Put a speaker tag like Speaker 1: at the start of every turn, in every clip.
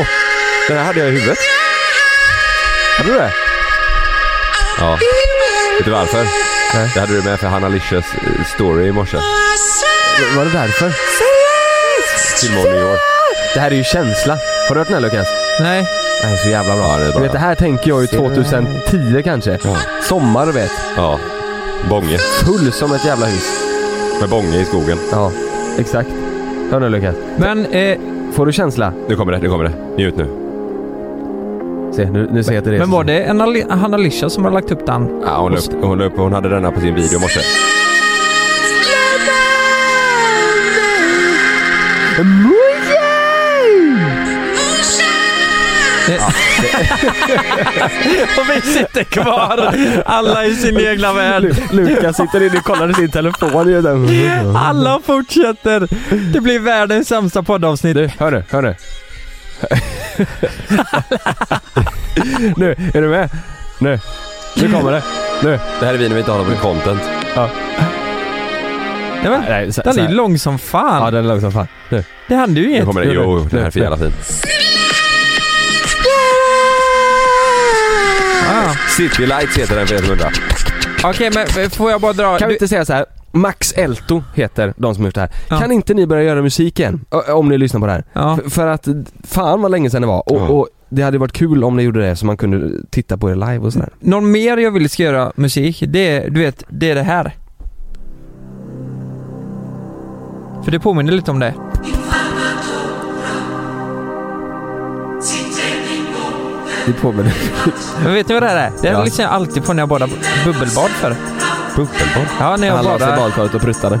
Speaker 1: Åh, den här hade jag i huvudet. Hade du det? Ja. Vet du varför? Det hade du med för Hanna Licious eh, story i morse.
Speaker 2: Var det därför?
Speaker 1: Filmordning i år.
Speaker 2: Det här är ju känsla. Har du hört den här Lukas?
Speaker 1: Nej.
Speaker 2: Nej, så jävla bra.
Speaker 1: Ja, det
Speaker 2: Du
Speaker 1: är
Speaker 2: vet, det
Speaker 1: bra.
Speaker 2: här tänker jag ju 2010 kanske.
Speaker 1: Ja.
Speaker 2: Sommar du vet.
Speaker 1: Ja. Bånge.
Speaker 2: Full som ett jävla hus.
Speaker 1: Med bånge i skogen.
Speaker 2: Ja, exakt. Hör nu Lukas.
Speaker 3: Men eh,
Speaker 2: Får du känsla?
Speaker 1: Nu kommer det, nu kommer det. Njut nu.
Speaker 2: Se, nu, nu ser jag att det är
Speaker 3: men var det en Ali- Hanna Lisha som har lagt upp den?
Speaker 1: Ja, hon, la upp, hon, la upp, hon hade denna på sin video i morse.
Speaker 3: Och vi sitter kvar, alla i sin egna värld.
Speaker 2: Lukas sitter inne och kollar i sin telefon. ju där.
Speaker 3: Alla fortsätter. Det blir världens sämsta poddavsnitt.
Speaker 2: Du, hör nu, hör nu. nu, är du med? Nu. Nu kommer det. Nu.
Speaker 1: Det här är vi när vi inte har någon content.
Speaker 3: Nej, men,
Speaker 2: Nej, så,
Speaker 3: den
Speaker 2: så
Speaker 3: är ju
Speaker 2: här.
Speaker 3: lång som fan.
Speaker 2: Ja, den är lång som fan. Nu.
Speaker 3: Det händer ju
Speaker 1: Nu
Speaker 3: inget.
Speaker 1: kommer det. Jo, den här är för jävla fin.
Speaker 3: Ah.
Speaker 1: City Lights heter den för er som undrar.
Speaker 3: Okej, men eh, får jag bara dra?
Speaker 2: Kan vi
Speaker 3: Du,
Speaker 2: inte säga så här? Max Elto heter de som har gjort det här.
Speaker 3: Ja.
Speaker 2: Kan inte ni börja göra musik igen? Ö- Om ni lyssnar på det här.
Speaker 3: ja.
Speaker 2: F- För att, fan vad länge sedan det var. Och,
Speaker 1: Ja.
Speaker 2: och det hade varit kul om ni gjorde det så man kunde titta på det live och sådär.
Speaker 3: Någon mer jag vill ska göra musik, det är, du vet, det är det här. För det påminner lite om det.
Speaker 2: Det påminner.
Speaker 3: Men vet ni vad det här är? Det här
Speaker 2: Ja.
Speaker 3: lyssnar jag alltid på när jag badar bubbelbad för.
Speaker 2: Bubbelbad.
Speaker 3: Ja, när jag
Speaker 2: Han la sig i
Speaker 3: badar.
Speaker 2: badkaret och pruttade.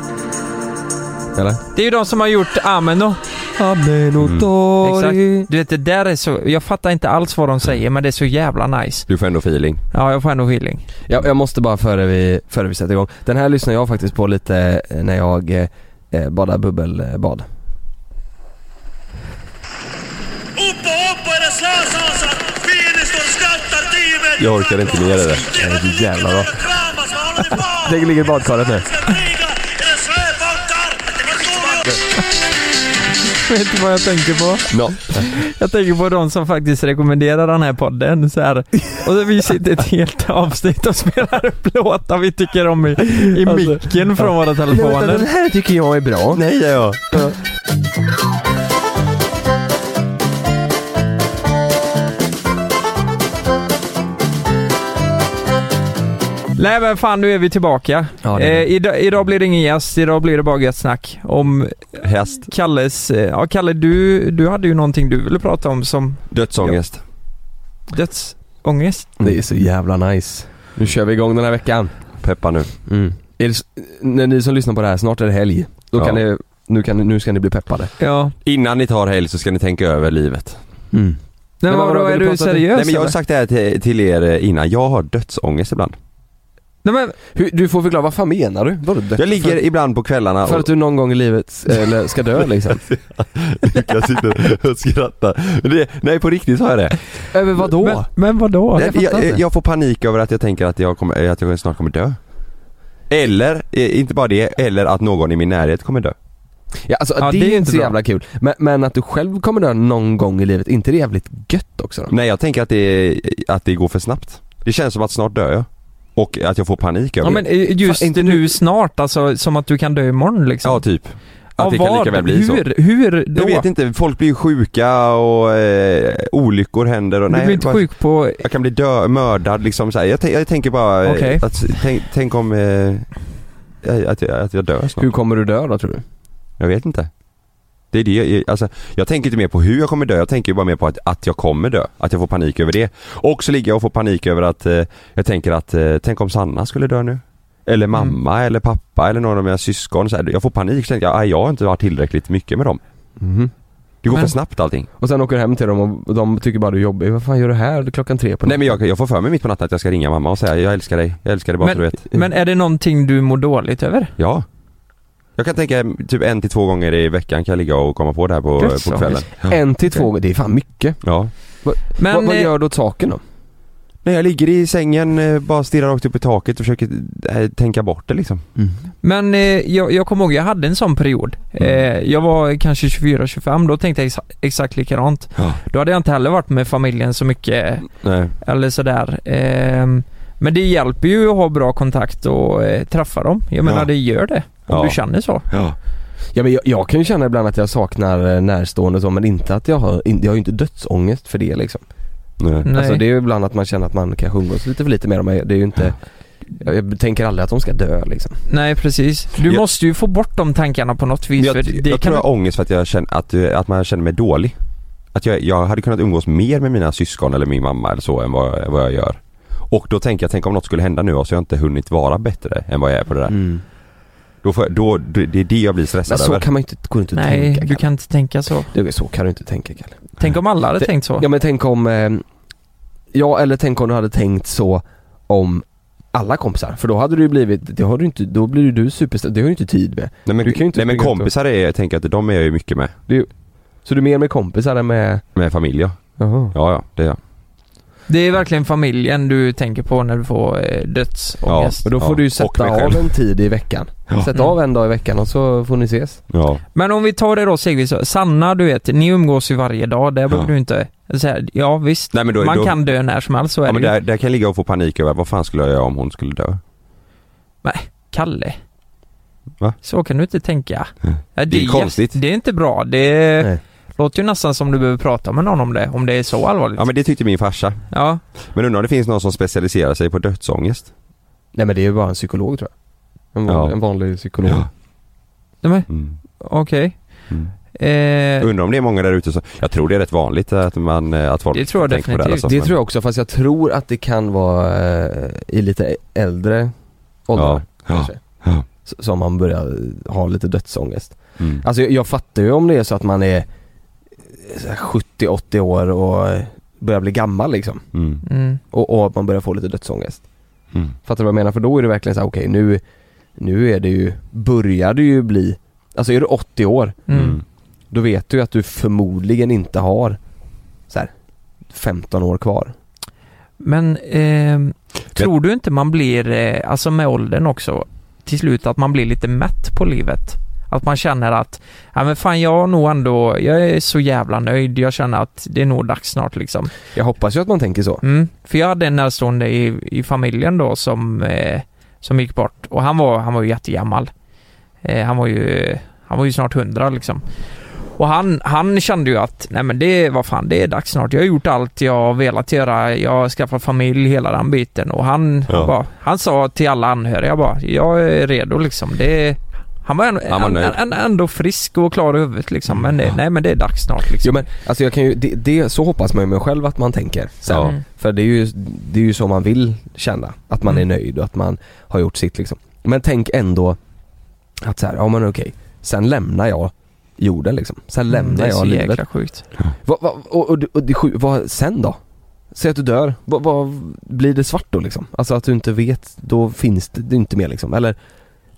Speaker 2: Eller?
Speaker 3: Det är ju de som har gjort Ameno. Mm. Exakt. Du vet det där är så, jag fattar inte alls vad de säger men det är så jävla nice.
Speaker 1: Du får ändå feeling.
Speaker 3: Ja, jag får ändå feeling.
Speaker 2: Jag, jag måste bara före vi, före vi sätter igång. Den här lyssnar jag faktiskt på lite eh, när jag eh, eh, badar bubbelbad.
Speaker 4: Uppe, uppe det slås alltså! Finestål skrattar teamet!
Speaker 1: Jag orkar inte mer i det.
Speaker 2: Det är så jävla bra. Det ligger i badkaret nu.
Speaker 3: Vet du vad jag tänker på?
Speaker 1: No.
Speaker 3: Jag tänker på de som faktiskt rekommenderar den här podden så här. Och så vi sitter ett helt avsnitt och spelar upp låtar vi tycker om i, i
Speaker 2: Alltså,
Speaker 3: micken från våra telefoner.
Speaker 2: här tycker jag är bra.
Speaker 1: Nej, ja.
Speaker 3: Nej men fan nu är vi tillbaka.
Speaker 2: Ja, det är det.
Speaker 3: eh, idag, idag blir det ingen gäst, idag blir det bara gött snack om eh,
Speaker 1: Häst.
Speaker 3: Kalles, eh, ja Kalle du, du hade ju någonting du ville prata om som
Speaker 1: Dödsångest.
Speaker 3: dödsångest.
Speaker 2: Det är så jävla nice. Mm. Nu kör vi igång den här veckan. Mm.
Speaker 1: Peppa nu.
Speaker 2: Är det, s- när ni som lyssnar på det här, snart är det helg. Då
Speaker 1: Ja.
Speaker 2: kan ni, nu, kan, ni- nu ska ni bli peppade.
Speaker 3: Ja.
Speaker 1: Innan ni tar helg så ska ni tänka över livet.
Speaker 3: Men
Speaker 2: Men
Speaker 3: vadå,
Speaker 2: vadå,
Speaker 3: är
Speaker 2: vill du
Speaker 3: du
Speaker 2: prata om-
Speaker 3: seriös
Speaker 1: Nej men jag har
Speaker 3: eller?
Speaker 1: sagt det här till, till er eh, innan, jag har dödsångest ibland.
Speaker 3: Nej men,
Speaker 2: Hur, du får förklara, vad fan menar du? Vadå dött?
Speaker 1: Jag ligger ibland på kvällarna
Speaker 2: för, för att du någon gång i livet, eh, eller ska dö liksom.
Speaker 1: Lukas sitter och skrattar. Men det, nej på riktigt har jag det.
Speaker 2: Över vad
Speaker 3: men, men vadå?
Speaker 1: jag,
Speaker 2: fattar
Speaker 1: jag,
Speaker 2: inte.
Speaker 1: jag får panik över att jag tänker att jag, kommer, att jag snart kommer dö. Eller, eh, inte bara det, eller att någon i min närhet kommer dö.
Speaker 2: Ja, alltså,
Speaker 3: Ja,
Speaker 2: det, är ju inte så
Speaker 3: bra.
Speaker 2: jävla kul. Men, men att du själv kommer dö någon gång i livet, inte det är jävligt gött också då?
Speaker 1: Nej jag tänker att det, att det går för snabbt. Det känns som att snart dör jag. Och att jag får panik över
Speaker 3: Ja men eh, just
Speaker 2: Fan, inte
Speaker 3: nu snart alltså, som att du kan dö imorgon
Speaker 1: det.
Speaker 3: liksom.
Speaker 1: Ja typ. Att
Speaker 3: Av
Speaker 1: det kan
Speaker 3: vad?
Speaker 1: lika väl bli så.
Speaker 3: hur, Hur då?
Speaker 1: Jag vet inte, folk blir ju sjuka och eh, olyckor händer och
Speaker 3: Du blir
Speaker 1: nej,
Speaker 3: inte
Speaker 1: vad-
Speaker 3: sjuk på...
Speaker 1: jag kan bli dö- mördad liksom så här. Jag, tän- jag tänker bara eh,
Speaker 3: Okej.
Speaker 1: att, tänk, tänk om eh, att, jag, att jag dör snart.
Speaker 2: Hur kommer du dö då tror du?
Speaker 1: Jag vet inte. Det är det, jag- alltså, jag tänker inte mer på hur jag kommer dö, jag tänker ju bara mer på att, att jag kommer dö. Att jag får panik över det. Och så ligger jag och får panik över att eh, jag tänker att, eh, tänk om Sanna skulle dö nu? Eller
Speaker 2: Mm.
Speaker 1: mamma eller pappa eller någon av mina syskon. Så här, jag får panik så tänker jag, "Aj, jag har inte varit tillräckligt mycket med dem. Det går
Speaker 3: Men-
Speaker 1: för snabbt allting.
Speaker 2: Mhm. Och sen åker du hem till dem och de tycker bara du är jobbig. Vad fan gör du här klockan tre på
Speaker 1: Nej
Speaker 2: natten?
Speaker 1: men jag, jag får för mig mitt på natten att jag ska ringa mamma och säga, jag älskar dig, jag älskar dig bara för att du vet.
Speaker 3: Men är det någonting du mår dåligt över?
Speaker 1: Ja. Jag kan tänka mm, typ en till två gånger i veckan kan jag ligga och komma på det här på,
Speaker 3: Jaså.
Speaker 1: på kvällen.
Speaker 2: En till två, det är fan mycket.
Speaker 1: Ja.
Speaker 3: Men,
Speaker 2: vad, vad
Speaker 3: eh,
Speaker 2: gör du åt saken då?
Speaker 1: Nej jag ligger i sängen, eh, bara stirrar rakt upp i taket och försöker eh, tänka bort det liksom.
Speaker 3: Men eh, jag, jag kommer ihåg, jag hade en sån period.
Speaker 1: Mm.
Speaker 3: Eh, jag var kanske 24-25, då tänkte jag exa- exakt likadant.
Speaker 1: Ja.
Speaker 3: Då hade jag inte heller varit med familjen så mycket,
Speaker 1: Nej.
Speaker 3: eller sådär. Ehm, men det hjälper ju att ha bra kontakt och eh, träffa dem. Jag menar
Speaker 1: Ja.
Speaker 3: det gör det. Om
Speaker 1: Ja.
Speaker 3: du känner så.
Speaker 1: Ja.
Speaker 2: Ja, men jag, jag kan ju känna ibland att jag saknar eh, närstående och så men inte att jag har, in, jag har ju inte dödsångest för det liksom.
Speaker 1: Nej.
Speaker 3: Nej.
Speaker 2: Alltså det är ju ibland att man känner att man kanske umgås lite för lite med dem. men Det är ju inte, jag, jag tänker aldrig att de ska dö liksom.
Speaker 3: Nej precis. Du
Speaker 1: Jag-
Speaker 3: måste ju få bort de tankarna på något
Speaker 1: Men
Speaker 3: vis.
Speaker 1: jag
Speaker 3: för det
Speaker 1: jag
Speaker 3: kan...
Speaker 1: tror jag har ångest för att jag känner, att, eh, att man känner mig dålig. Att jag, jag hade kunnat umgås mer med mina syskon eller min mamma eller så än vad, vad jag gör. Och då tänker jag, tänk om något skulle hända nu och så har jag inte hunnit vara bättre än vad jag är på det där. Då får jag, då, det det är det jag blir
Speaker 2: Mm. Men
Speaker 1: stressad
Speaker 2: så
Speaker 1: över.
Speaker 2: kan man ju inte, går inte att
Speaker 3: Nej,
Speaker 2: tänka
Speaker 3: du
Speaker 2: Kalle.
Speaker 3: kan inte tänka så.
Speaker 2: Du, så kan du inte tänka Kalle.
Speaker 3: Tänk om alla hade
Speaker 2: Det-
Speaker 3: tänkt så.
Speaker 2: Ja men tänk om, eh, ja eller tänk om du hade tänkt så om alla kompisar, för då hade du ju blivit, det har du inte, då blir ju du superstar, det har du inte tid med.
Speaker 1: Nej men,
Speaker 2: Du kan ju inte
Speaker 1: nej, men
Speaker 2: springa ut
Speaker 1: kompisar är, jag tänker att de är jag ju mycket med.
Speaker 2: Så du är mer med kompisar än med,
Speaker 1: Med familj ja.
Speaker 2: jaha.
Speaker 1: Ja ja, det är jag.
Speaker 3: Det är verkligen familjen du tänker på när du får eh, dödsångest.
Speaker 2: Men då får
Speaker 1: Ja,
Speaker 2: du ju
Speaker 1: och
Speaker 2: sätta
Speaker 1: mig
Speaker 2: av
Speaker 1: själv.
Speaker 2: en tid i veckan.
Speaker 1: Ja.
Speaker 2: Sätt av en dag i veckan och så får ni ses.
Speaker 1: Ja.
Speaker 3: Men om vi tar det då Sigrid, så- Sanna du vet, ni umgås ju varje dag, där behöver
Speaker 1: Ja.
Speaker 3: du inte... Så här, ja visst,
Speaker 1: Nej men då,
Speaker 3: man
Speaker 1: då,
Speaker 3: kan dö när som helst, så är
Speaker 1: ja,
Speaker 3: det
Speaker 1: men
Speaker 3: ju.
Speaker 1: där, där kan jag ligga och få panik över, vad fan skulle jag göra om hon skulle dö?
Speaker 3: Kalle.
Speaker 1: Va?
Speaker 3: Så kan du inte tänka.
Speaker 1: Nej.
Speaker 3: Ja,
Speaker 1: Det är
Speaker 3: jätte-
Speaker 1: konstigt.
Speaker 3: Det är inte bra. Det
Speaker 2: Nej.
Speaker 3: låter ju nästan som du behöver prata med någon om det, om det är så allvarligt.
Speaker 1: Ja men det tyckte min farsa.
Speaker 3: Ja.
Speaker 1: Men undrar om det finns någon som specialiserar sig på dödsångest?
Speaker 2: Nej men det är ju bara en psykolog tror jag. En vanlig,
Speaker 1: Ja.
Speaker 2: en vanlig psykolog.
Speaker 1: Ja.
Speaker 3: Nej, men
Speaker 1: Mm.
Speaker 3: Okej.
Speaker 1: Mm.
Speaker 3: Eh,
Speaker 1: Undrar om det är många där ute som, jag tror det är rätt vanligt att man, eh, att folk
Speaker 3: Det tror jag
Speaker 1: tänker på det. här,
Speaker 3: definitivt.
Speaker 1: alltså,
Speaker 2: Det
Speaker 1: men-
Speaker 2: tror jag också fast jag tror att det kan vara eh, i lite äldre åldrar.
Speaker 1: Ja.
Speaker 2: kanske.
Speaker 1: Ja.
Speaker 2: S- Som man börjar eh, ha lite dödsångest.
Speaker 1: Mm.
Speaker 2: Alltså jag, jag fattar ju om det är så att man är eh, så här 70-80 år och eh, börjar bli gammal liksom.
Speaker 1: Mm.
Speaker 3: mm.
Speaker 2: Och, och att man börjar få lite dödsångest.
Speaker 1: Mm.
Speaker 2: Fattar du vad jag menar? För då är det verkligen så här, okej nu, nu är det ju, börjar det ju bli, alltså är du 80 år,
Speaker 3: Mm.
Speaker 1: Mm.
Speaker 2: då vet du ju att du förmodligen inte har så här, 15 år kvar.
Speaker 3: Men ehm, tror du inte man blir, eh, alltså med åldern också, till slut att man blir lite mätt på livet? Att man känner att, ja men fan jag har nog ändå, jag är så jävla nöjd, jag känner att det är nog dags snart liksom.
Speaker 2: Jag hoppas ju att man tänker så.
Speaker 3: Mm. För jag hade en närstående i, i familjen då som, eh, som gick bort och han var, han var ju jättegammal. Eh, han var ju, han var ju snart hundra liksom. Och han, han kände ju att, nej men det, vad fan, det är dags snart. Jag har gjort allt jag har velat göra. Jag har skaffat familj, hela den biten. Och han,
Speaker 1: Ja.
Speaker 3: han, bara, han sa till alla anhöriga bara, jag är redo liksom. Det, han var, en,
Speaker 1: Han var nöjd.
Speaker 3: en, en, ändå frisk och klar i huvudet liksom. Men det, nej men det är dags snart liksom.
Speaker 2: Jo men alltså jag kan ju, det, det, så hoppas man ju med själv att man tänker. Så här.
Speaker 1: Ja.
Speaker 3: Mm.
Speaker 2: För det är, ju, det är ju så man vill känna, att man
Speaker 3: Mm.
Speaker 2: är nöjd och att man har gjort sitt liksom. Men tänk ändå att så här, ja men okej, sen lämnar jag jorden liksom. Sen lämnar
Speaker 3: Mm, det är så
Speaker 2: jag livet.
Speaker 3: jäkla sjukt.
Speaker 2: Vad, vad, och, och, och, det sju- vad sen då? Säg att du dör, vad, vad blir det svart då liksom? Alltså att du inte vet, då finns det, det är inte mer liksom. Eller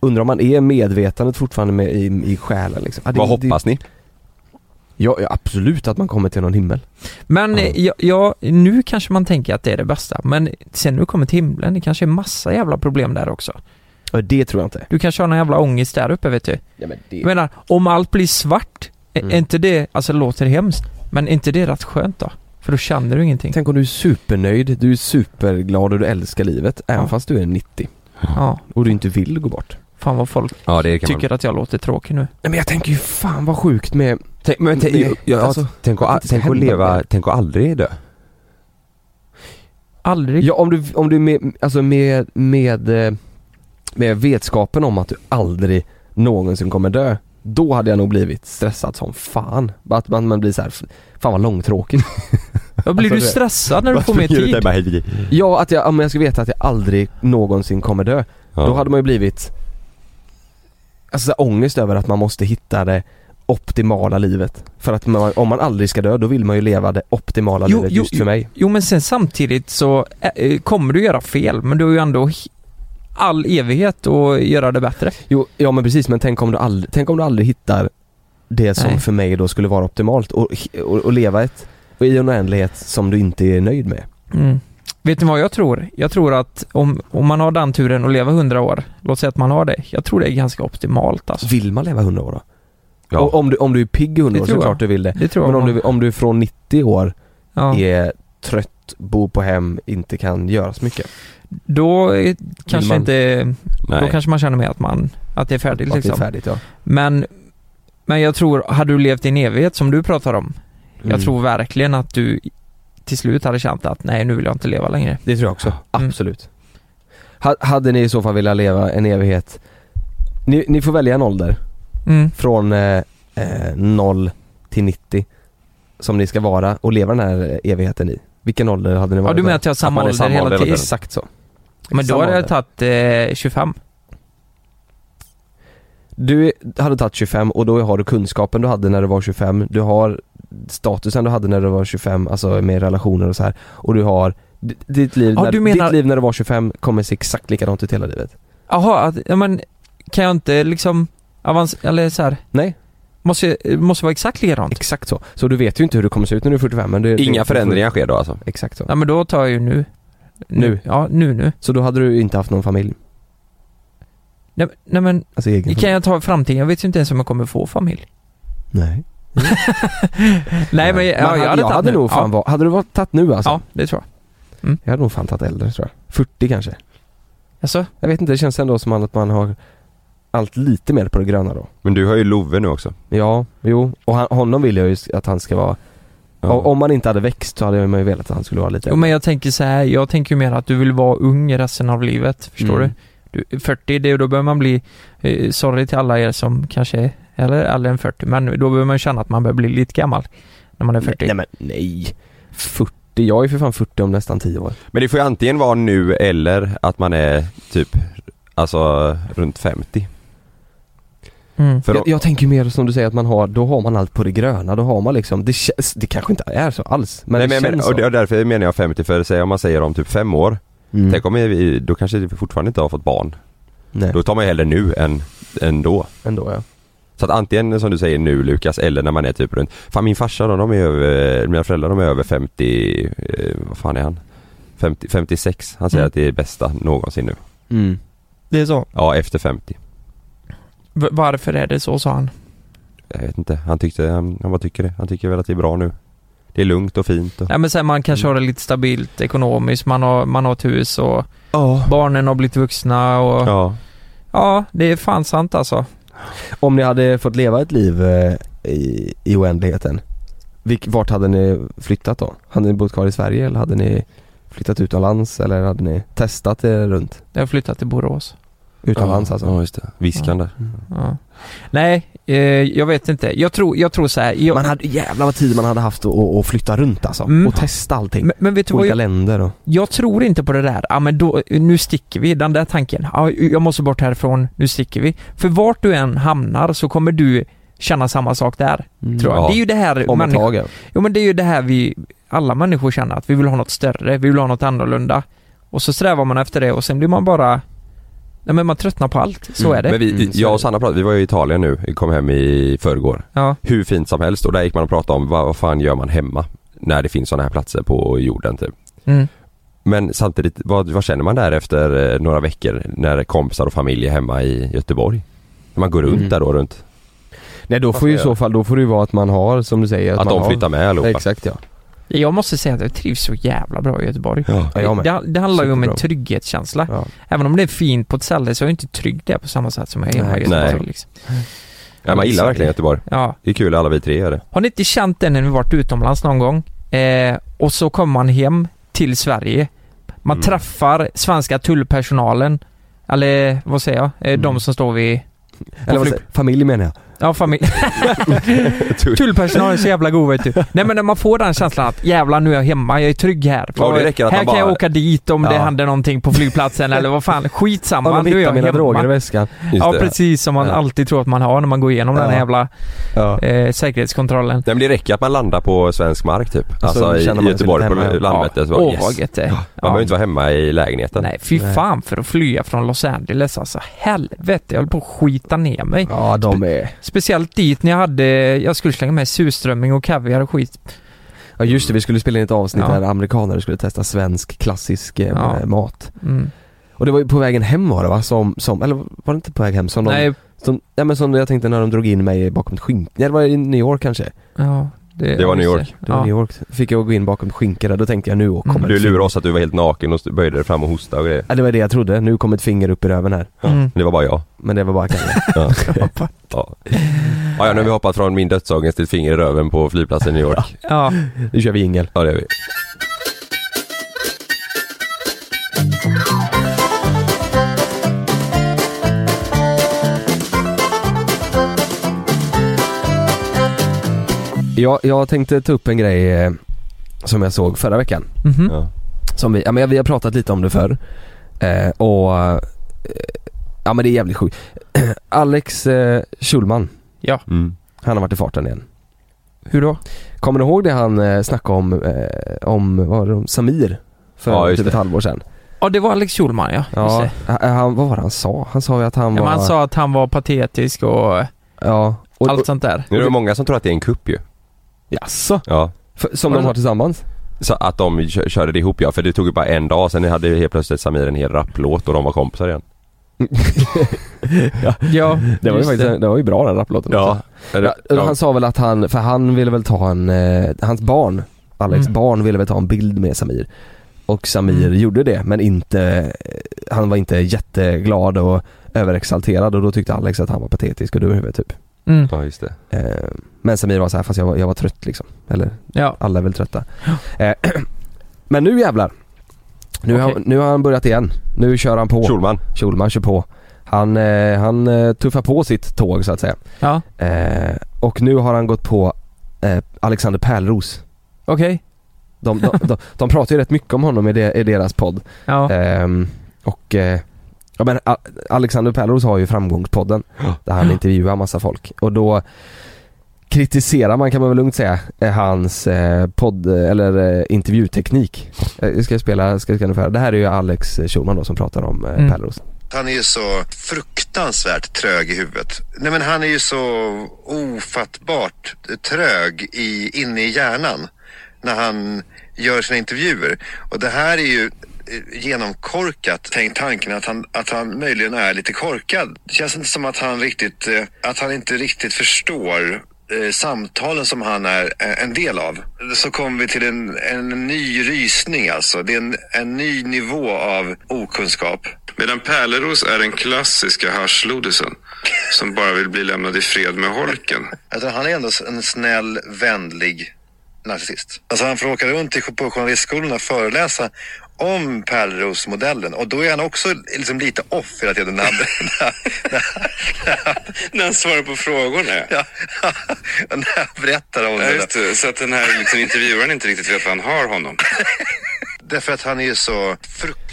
Speaker 2: undrar om man är medvetandet fortfarande med, i, i själen liksom. Ja, det,
Speaker 1: Vad
Speaker 2: det-
Speaker 1: hoppas ni?
Speaker 2: Ja, ja, absolut att man kommer till någon himmel.
Speaker 3: Men
Speaker 1: Ja.
Speaker 3: eh, ja. Ja, nu kanske man tänker att det är det bästa, men sen när du kommer till himlen, det kanske är massa jävla problem där också.
Speaker 2: Ja, det tror jag inte.
Speaker 3: Du kanske har någon jävla ångest där uppe vet du.
Speaker 2: Ja, men det...
Speaker 3: Jag menar, om allt blir svart, är-
Speaker 2: Mm.
Speaker 3: är inte det, alltså det låter hemskt, men är inte det rätt skönt då? För då känner du ingenting.
Speaker 2: Tänk om du är supernöjd, du är superglad och du älskar livet, även
Speaker 3: Ja.
Speaker 2: fast du är 90
Speaker 3: Ja.
Speaker 2: och du inte vill gå bort.
Speaker 3: Fan vad folk
Speaker 1: Ja, det kan man.
Speaker 3: tycker att jag låter tråkig nu.
Speaker 2: Nej men jag tänker ju fan vad sjukt med...
Speaker 1: Tänk, men tänk,
Speaker 2: Nej,
Speaker 1: ja,
Speaker 2: alltså,
Speaker 1: tänk,
Speaker 2: att det
Speaker 1: att,
Speaker 2: inte ska
Speaker 1: tänk att
Speaker 2: hända
Speaker 1: leva,
Speaker 2: mer.
Speaker 1: tänk att aldrig dö.
Speaker 3: Aldrig.
Speaker 2: Ja om du, om du med, alltså med, med, eh, med vetskapen om att du aldrig någonsin kommer dö. Då hade jag nog blivit stressad som fan. Bara Att man, man blir så här, fan vad långtråkigt. Alltså,
Speaker 3: Ja, blir du
Speaker 2: det-
Speaker 3: stressad när du får mer tid? Mm.
Speaker 2: ja att jag, om jag ska veta att jag aldrig någonsin kommer dö.
Speaker 1: Ja.
Speaker 2: Då hade man ju blivit Alltså så här, ångest över att man måste hitta det optimala livet. För att man, om man aldrig ska dö, då vill man ju leva det optimala
Speaker 3: Jo,
Speaker 2: livet
Speaker 3: jo,
Speaker 2: just för mig.
Speaker 3: Jo men sen samtidigt så eh, eh, kommer du göra fel men du har ju ändå he- all evighet att göra det bättre.
Speaker 2: Jo, ja men precis, men tänk om du aldrig, tänk om du aldrig hittar det som
Speaker 3: Nej.
Speaker 2: för mig då skulle vara optimalt och, och, och leva ett, och i en oändlighet som du inte är nöjd med.
Speaker 3: Vet ni vad jag tror? Jag tror att om, om man har den turen att leva 100 år, låt säga att man har det. Jag tror det är ganska optimalt alltså.
Speaker 2: Vill man leva 100 år då?
Speaker 1: Ja.
Speaker 2: Och, om, du, om du är pigg i 100
Speaker 3: Det
Speaker 2: år så
Speaker 3: tror
Speaker 2: är det
Speaker 3: jag.
Speaker 2: klart du vill det.
Speaker 3: Det tror jag.
Speaker 2: Men om
Speaker 3: man-
Speaker 2: du, om du är från 90 år
Speaker 3: ja.
Speaker 2: är trött, bor på hem, inte kan göra så mycket.
Speaker 3: Då eh, kanske
Speaker 2: man-
Speaker 3: inte, då
Speaker 1: Nej.
Speaker 3: kanske man känner med att man, att det är färdigt
Speaker 2: Att
Speaker 3: liksom.
Speaker 2: det är färdigt ja.
Speaker 3: Men, men jag tror, hade du levt i en evighet som du pratar om, jag
Speaker 2: Mm.
Speaker 3: tror verkligen att du till slut hade känt att nej nu vill jag inte leva längre.
Speaker 2: Det tror jag också,
Speaker 3: Mm.
Speaker 2: absolut. Ha, hade ni i så fall velat leva en evighet? Ni, ni får välja en ålder
Speaker 3: Mm.
Speaker 2: från eh, eh, 0 till 90 som ni ska vara och leva den här evigheten i. Vilken ålder hade ni
Speaker 3: Ja
Speaker 2: varit?
Speaker 3: du menar
Speaker 2: där?
Speaker 3: att jag har
Speaker 1: Att
Speaker 3: samma
Speaker 1: man är
Speaker 3: ålder
Speaker 1: samma
Speaker 3: hela
Speaker 1: ålder hela
Speaker 3: tiden?
Speaker 1: tiden.
Speaker 2: Exakt så.
Speaker 3: Men då
Speaker 2: Samma
Speaker 3: hade jag
Speaker 2: ålder.
Speaker 3: tagit eh, 25.
Speaker 2: Du hade tagit 25 och då har du kunskapen du hade när du var 25, du har statusen du hade när du var 25, alltså med relationer och så här. och du har d- ditt liv,
Speaker 3: Ja,
Speaker 2: när,
Speaker 3: du menar-
Speaker 2: ditt liv när du var 25 kommer se exakt likadant ut hela livet.
Speaker 3: Jaha, att- ja, men kan jag inte liksom avans- eller så här,
Speaker 2: Nej,
Speaker 3: måste, måste vara exakt likadant?
Speaker 2: exakt så. Så du vet ju inte hur du kommer se ut när du är 45 men det, det-
Speaker 1: Inga förändringar sker då alltså?
Speaker 2: Exakt så.
Speaker 3: Ja men då tar jag ju nu.
Speaker 2: Nu?
Speaker 3: Ja, nu nu.
Speaker 2: Så då hade du inte haft någon familj?
Speaker 3: Nej, nej men,
Speaker 2: Alltså egen
Speaker 3: kan
Speaker 2: familj?
Speaker 3: jag ta i framtiden? Jag vet ju inte ens om jag kommer få familj.
Speaker 2: Nej.
Speaker 3: Nej men, ja,
Speaker 2: Men
Speaker 3: jag hade,
Speaker 2: jag
Speaker 3: tagit
Speaker 2: hade
Speaker 3: nu.
Speaker 2: nog fan
Speaker 3: ja.
Speaker 2: var, hade du varit tagit nu alltså?
Speaker 3: ja, det tror jag.
Speaker 2: Jag hade nog fan tagit äldre tror jag. 40 kanske.
Speaker 3: Alltså,
Speaker 2: Jag vet inte, det känns ändå som att man har allt lite mer på det gröna då.
Speaker 1: Men du har ju Love nu också.
Speaker 2: Ja, jo. Och han, honom vill jag ju att han ska vara,
Speaker 1: Ja.
Speaker 2: o- om man inte hade växt så hade man ju velat att han skulle vara lite
Speaker 3: jo, men jag tänker så här, jag tänker ju mer att du vill vara ung resten av livet, förstår
Speaker 2: Mm.
Speaker 3: du? du? 40, det, då börjar man bli, eh, sorry till alla er som kanske är eller äldre än 40, men då börjar man ju känna att man börjar bli lite gammal när man är 40.
Speaker 2: Nej men nej. 40, jag är för fan 40 om nästan 10 år.
Speaker 1: Men det får ju antingen vara nu eller att man är typ, alltså runt 50.
Speaker 3: Mm.
Speaker 1: För
Speaker 2: jag, jag tänker ju mer som du säger att man har, då har man allt på det gröna, då har man liksom, det, känns, det kanske inte är så alls. Men
Speaker 1: nej,
Speaker 2: det
Speaker 1: men, men,
Speaker 2: känns
Speaker 1: och det-
Speaker 2: så.
Speaker 1: och därför menar jag 50 för säg om man säger om typ fem år,
Speaker 2: Mm.
Speaker 1: tänk om vi, då kanske vi fortfarande inte har fått barn.
Speaker 2: Nej,
Speaker 1: Då tar man ju hellre nu än, än då.
Speaker 2: ändå ja.
Speaker 1: Så att antingen som du säger nu Lukas eller när man är typ runt, fan min farsa då, de är över, mina föräldrar de är över 50, eh, vad fan är han? 50, 56, han säger
Speaker 3: Mm.
Speaker 1: att det är bästa någonsin nu.
Speaker 2: Mm.
Speaker 3: Det är så.
Speaker 1: Ja efter 50.
Speaker 3: V- varför är det så, sa han.
Speaker 1: Jag vet inte, han tyckte, han, han vad tycker det? Han tycker väl att det är bra nu. Det är lugnt och fint och...
Speaker 3: Ja, men sen man kanske har det lite stabilt ekonomiskt, man har, man har ett hus och barnen har blivit vuxna och ja.
Speaker 1: Ja.
Speaker 3: det är fan sant alltså.
Speaker 2: Om ni hade fått leva ett liv eh, i, i oändligheten, vilk, vart hade ni flyttat då? Hade ni bott kvar i Sverige eller hade ni flyttat utomlands eller hade ni testat er runt?
Speaker 3: Jag har flyttat till Borås.
Speaker 2: Utomlands
Speaker 1: ja,
Speaker 2: alltså?
Speaker 1: Ja just det, viskan där.
Speaker 3: Ja. Nej, eh, jag vet inte. Jag tror, jag tror så här. Jag,
Speaker 2: Man hade, jävlar vad tid man hade haft att- att, att flytta runt alltså
Speaker 3: Mm.
Speaker 2: och testa allting.
Speaker 3: men, men vet du vad,
Speaker 2: Olika
Speaker 3: jag,
Speaker 2: länder och...
Speaker 3: jag tror inte på det där. Ja, men då, nu sticker vi, den där tanken. Ja, jag måste bort härifrån, nu sticker vi. För vart du än hamnar så kommer du känna samma sak där, tror jag.
Speaker 1: Ja.
Speaker 3: Det är ju det här
Speaker 2: Om ett
Speaker 3: människa-
Speaker 2: tag ja.
Speaker 3: Jo men det är ju det här vi, alla människor känner att vi vill ha något större, vi vill ha något annorlunda. Och så strävar man efter det och sen blir man bara, nej men man tröttnar på allt, så är det.
Speaker 1: Men vi,
Speaker 2: Mm, så är
Speaker 1: jag
Speaker 2: det.
Speaker 1: och Sanna pratade, vi var ju i Italien nu, vi kom hem i förrgår.
Speaker 3: Ja,
Speaker 1: Hur fint som helst och där gick man och pratade om vad, vad fan gör man hemma? När det finns sådana här platser på jorden typ.
Speaker 3: mm.
Speaker 1: Men samtidigt, vad, vad känner man där efter eh, några veckor när kompisar och familj är hemma i Göteborg? När man går runt
Speaker 2: Mm.
Speaker 1: där då runt?
Speaker 2: Nej då
Speaker 1: Vad
Speaker 2: får ju i
Speaker 1: ska jag
Speaker 2: så fall, då får det ju vara att man har som du säger
Speaker 1: Att
Speaker 2: man
Speaker 1: de
Speaker 2: har...
Speaker 1: flyttar med
Speaker 2: Nej,
Speaker 1: allihopa?
Speaker 2: Exakt ja.
Speaker 3: Jag måste säga att jag trivs så jävla bra i Göteborg.
Speaker 1: Ja.
Speaker 2: Ja, jag med.
Speaker 3: Det, det handlar ju om en
Speaker 2: Superbra.
Speaker 3: trygghetskänsla.
Speaker 2: Ja.
Speaker 3: Även om det är fint på ett ställe så är jag inte trygg där på samma sätt som jag är hemma i
Speaker 2: Nej.
Speaker 3: Göteborg.
Speaker 1: Nej.
Speaker 3: Liksom.
Speaker 1: Ja, man gillar verkligen Göteborg.
Speaker 3: Ja.
Speaker 1: Det är kul alla vi tre gör det.
Speaker 3: Har ni inte känt det när ni varit utomlands någon gång? Eh, och så kommer man hem till Sverige. Man
Speaker 1: Mm.
Speaker 3: träffar svenska tullpersonalen. Eller vad säger jag? Eh, De som står vid...
Speaker 2: Eller vad
Speaker 3: flyg-
Speaker 2: säger- familj menar jag.
Speaker 3: Ja, familj.
Speaker 1: Tull.
Speaker 3: Tullpersonalen är så jävla god vet du. Nej men när man får den känslan att jävlar nu är jag hemma, jag är trygg här.
Speaker 1: Ja, och det räcker att
Speaker 3: här
Speaker 1: man
Speaker 3: kan
Speaker 1: bara-
Speaker 3: jag åka dit om det
Speaker 2: Ja.
Speaker 3: händer någonting på flygplatsen eller vad fan. Skitsamma,
Speaker 2: Ja, de
Speaker 3: nu är
Speaker 2: hittar
Speaker 3: jag
Speaker 2: mina
Speaker 3: hemma.
Speaker 2: droger i väskan.
Speaker 1: Just
Speaker 3: Ja
Speaker 1: det.
Speaker 3: precis, som man
Speaker 2: Ja.
Speaker 3: alltid tror att man har när man går igenom den
Speaker 2: Ja.
Speaker 3: här jävla
Speaker 2: Ja.
Speaker 3: eh, säkerhetskontrollen.
Speaker 1: Nej men det räcker att man landar på svensk mark typ. Alltså
Speaker 2: känner man
Speaker 1: i
Speaker 2: sig
Speaker 1: Göteborg
Speaker 2: lite
Speaker 1: på
Speaker 2: hemma.
Speaker 1: Landvetter så bara
Speaker 3: Åh
Speaker 1: yes.
Speaker 3: vad gött det är.
Speaker 1: Man behöver inte vara hemma i lägenheten.
Speaker 3: Nej fy
Speaker 2: Nej.
Speaker 3: fan för att flyga från Los Angeles alltså. Helvete, jag höll på att skita ner mig.
Speaker 2: ja, de är...
Speaker 3: Speciellt dit när jag hade, jag skulle slänga med surströmming och kaviar och skit.
Speaker 2: Ja just det, vi skulle spela in ett avsnitt
Speaker 3: Ja.
Speaker 2: där amerikaner skulle testa svensk klassisk eh,
Speaker 3: Ja.
Speaker 2: mat.
Speaker 3: Mm.
Speaker 2: Och det var ju på vägen hem var det va? Som, som eller var det inte på väg hem? Som de,
Speaker 3: Nej,
Speaker 2: Som, ja men som jag tänkte när de drog in mig bakom ett skynke, nej det var i New York kanske?
Speaker 3: ja.
Speaker 1: Det var New
Speaker 3: just
Speaker 1: York.
Speaker 2: Det var
Speaker 3: Ja.
Speaker 2: New York, fick jag gå in bakom ett skynke där, då tänkte jag nu kommer
Speaker 3: Mm.
Speaker 2: ett
Speaker 1: Du
Speaker 2: finger.
Speaker 1: lurade oss att du var helt naken och böjde dig fram och hostade och grejer.
Speaker 2: Ja det var det jag trodde, nu kom ett finger upp i röven här.
Speaker 3: Mm.
Speaker 1: Men Det var bara jag.
Speaker 2: Men det var bara Kalle.
Speaker 1: Ja. ja. ja, ja nu har vi hoppat från min dödsångest till ett finger i röven på flygplatsen i New York.
Speaker 3: Ja.
Speaker 2: nu kör vi jingel.
Speaker 1: Ja det är vi.
Speaker 2: Jag, jag tänkte ta upp en grej eh, som jag såg förra veckan.
Speaker 3: Mhm.
Speaker 1: Ja.
Speaker 2: Som vi, ja men vi har pratat lite om det förr. Eh, och, eh, ja men det är jävligt sjukt. Alex eh, Schulman,
Speaker 1: Mm.
Speaker 2: han har varit i farten igen.
Speaker 3: Hur då?
Speaker 2: Kommer du ihåg det han eh, snackade om, eh, om, vad var det, om Samir? För
Speaker 1: Ja, just
Speaker 2: typ
Speaker 1: det.
Speaker 2: ett halvår sedan.
Speaker 3: Ja det var Alex Schulman ja. Just
Speaker 2: Ja,
Speaker 3: det.
Speaker 2: han- han, vad var det han sa? Han sa ju att han
Speaker 3: ja men
Speaker 2: var...
Speaker 3: han sa att han var patetisk och, eh,
Speaker 2: Ja. Och,
Speaker 3: allt sånt där.
Speaker 1: Nu är det många som tror att det är en kupp ju.
Speaker 2: Jaså?
Speaker 1: Ja.
Speaker 2: För, som
Speaker 3: Var
Speaker 2: de
Speaker 3: det
Speaker 2: har tillsammans?
Speaker 1: Så att de kö- körde det ihop ja, för det tog ju bara en dag sen hade ju helt plötsligt Samir en hel rapplåt och de var kompisar igen.
Speaker 3: Ja,
Speaker 2: Det var, ju
Speaker 3: just
Speaker 2: faktiskt, det. var ju bra den rapplåten också.
Speaker 1: Eller,
Speaker 2: Ja,
Speaker 1: ja.
Speaker 2: Han sa väl att han, för han ville väl ta en, eh, hans barn, Alex
Speaker 3: Mm.
Speaker 2: barn ville väl ta en bild med Samir. Och Samir
Speaker 3: Mm.
Speaker 2: gjorde det men inte, eh, han var inte jätteglad och överexalterad och då tyckte Alex att han var patetisk och dum i huvudet typ.
Speaker 3: Mm.
Speaker 1: ja just det.
Speaker 2: Eh, Men Samir var så här, fast jag var, jag var trött liksom. Eller
Speaker 3: Ja.
Speaker 2: alla är väl trötta. Eh, Men nu jävlar. Nu, har,
Speaker 3: Okej.
Speaker 2: nu har han börjat igen. Nu kör han på.
Speaker 1: Schulman.
Speaker 2: Schulman kör på. Han, eh, han eh, tuffar på sitt tåg så att säga.
Speaker 3: Ja.
Speaker 2: Eh, och nu har han gått på eh, Alexander Pärlros.
Speaker 3: Okej.
Speaker 2: De, de, de, de pratar ju rätt mycket om honom i, de, i deras podd.
Speaker 3: Ja.
Speaker 2: Ehm, och eh, ja, men, A- Alexander Pärlros har ju framgångspodden
Speaker 1: Ja.
Speaker 2: där han intervjuar massa folk och då kritiserar man kan man väl lugnt säga eh, hans eh, podd eller eh, intervjuteknik. Eh, ska jag spela, ska jag ska jag ungefär. Det här är ju Alex Schulman då som pratar om eh,
Speaker 3: Mm.
Speaker 2: Pärlros.
Speaker 4: Han är ju så fruktansvärt trög i huvudet. Nej, men han är ju så ofattbart trög i, inne i hjärnan när han gör sina intervjuer. Och det här är ju eh, genomkorkat. Tänk tanken att han, att han möjligen är lite korkad. Det känns inte som att han riktigt, eh, att han inte riktigt förstår eh, samtalen som han är eh, en del av. Så kommer vi till en, en ny rysning alltså. Det är en, en ny nivå av okunskap.
Speaker 5: Medan Pärleros är den klassiska haschlodisen som bara vill bli lämnad i fred med holken.
Speaker 4: Alltså, han är ändå en snäll, vänlig narcissist. Alltså, han får åka runt i- på journalistskolorna och föreläsa om Pärleros-modellen och då är han också liksom lite off hela tiden när han, när, när,
Speaker 5: När han svarar på frågorna.
Speaker 4: när, när han berättar om
Speaker 5: Ja,
Speaker 4: det. där.
Speaker 5: just det. Så att den här liksom, intervjuaren inte riktigt vet vad han har honom.
Speaker 4: Därför att han är ju så frukt...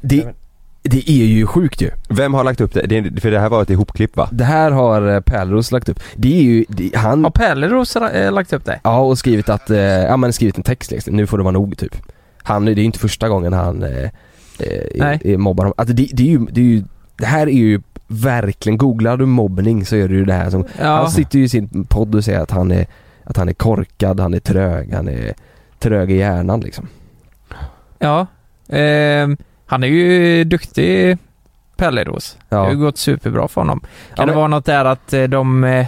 Speaker 2: Det, det är ju sjukt ju.
Speaker 1: Vem har lagt upp det? det? är- För det här var ett ihopklipp va?
Speaker 2: Det här har eh, Pärlros lagt upp. Det är ju, det, han
Speaker 3: Har Pärleros eh, lagt upp det?
Speaker 2: Ja och skrivit att, eh, ja men skrivit en text liksom. nu får det vara nog typ. Han, det är ju inte första gången han eh, eh,
Speaker 3: Nej.
Speaker 2: eh, mobbar honom. Alltså det, det, är ju, det är ju, det här är ju verkligen, googlar du mobbning så är det ju det här som,
Speaker 3: Ja.
Speaker 2: han sitter ju i sin podd och säger att han är, att han är korkad, han är trög, han är trög i hjärnan liksom.
Speaker 3: ja. Ehm, han är ju duktig, Pärleros. Det har
Speaker 2: Ja.
Speaker 3: ju gått superbra för honom. Kan
Speaker 2: Ja,
Speaker 3: det
Speaker 2: men-
Speaker 3: vara något där att eh, de eh,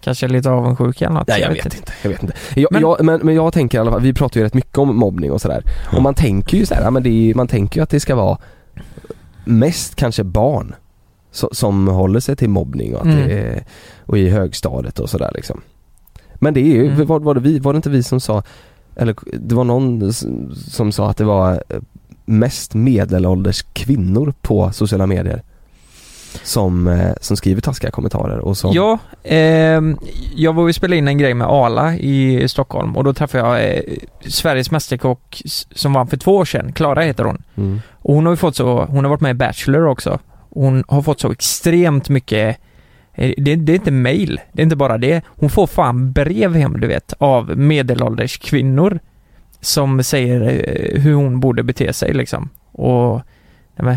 Speaker 3: Kanske lite avundsjuka eller något.
Speaker 2: Nej jag vet inte, jag vet inte. Jag, men... Jag, men, men jag tänker i alla fall, vi pratar ju rätt mycket om mobbning och sådär. Och man tänker ju såhär, ja, men det är, man tänker ju att det ska vara mest kanske barn so, som håller sig till mobbning och, att
Speaker 3: Mm.
Speaker 2: det är, och i högstadiet och sådär liksom. Men det är ju,
Speaker 3: Mm.
Speaker 2: var, var, det vi, var det inte vi som sa, eller det var någon s- som sa att det var eh, mest medelålders kvinnor på sociala medier som, eh, som skriver taskiga kommentarer och som
Speaker 3: Ja, ehm, jag var och spelade in en grej med Ala i Stockholm och då träffade jag eh, Sveriges mästerkock s- som vann för två år sedan, Klara heter hon.
Speaker 2: Mm.
Speaker 3: Och hon har ju fått så, hon har varit med i Bachelor också. Hon har fått så extremt mycket eh, det, det är inte mail, det är inte bara det. Hon får fan brev hem du vet, av medelålders kvinnor. Som säger eh, hur hon borde bete sig liksom. Och, nej men,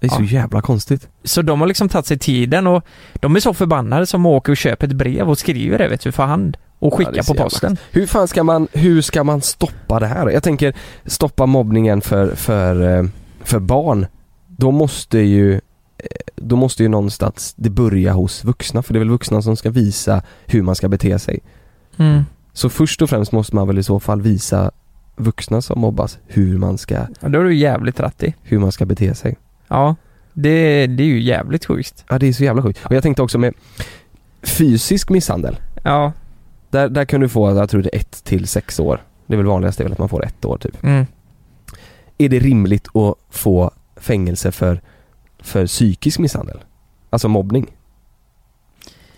Speaker 2: Det är så
Speaker 3: Ja.
Speaker 2: jävla konstigt.
Speaker 3: så de har liksom tagit sig tiden och de är så förbannade som åker och köper ett brev och skriver det vet du för hand och
Speaker 2: Ja, det är
Speaker 3: skickar
Speaker 2: så
Speaker 3: på
Speaker 2: jävla
Speaker 3: posten.
Speaker 2: Hur fan ska man, hur ska man stoppa det här? Jag tänker stoppa mobbningen för, för, eh, för barn. Då måste ju, eh, då måste ju någonstans det börja hos vuxna för det är väl vuxna som ska visa hur man ska bete sig.
Speaker 3: Mm.
Speaker 2: Så först och främst måste man väl i så fall visa vuxna som mobbas hur man ska,
Speaker 3: Ja, då är du jävligt rätt i.
Speaker 2: hur man ska bete sig.
Speaker 3: Ja, det, det är ju jävligt sjukt.
Speaker 2: Ja det är så jävla sjukt. Och jag tänkte också med fysisk misshandel.
Speaker 3: Ja,
Speaker 2: Där, där kan du få, jag tror det är ett till sex år. Det är väl vanligast det är väl att man får ett år typ.
Speaker 3: mm.
Speaker 2: är det rimligt att få fängelse för, för psykisk misshandel? Alltså mobbning?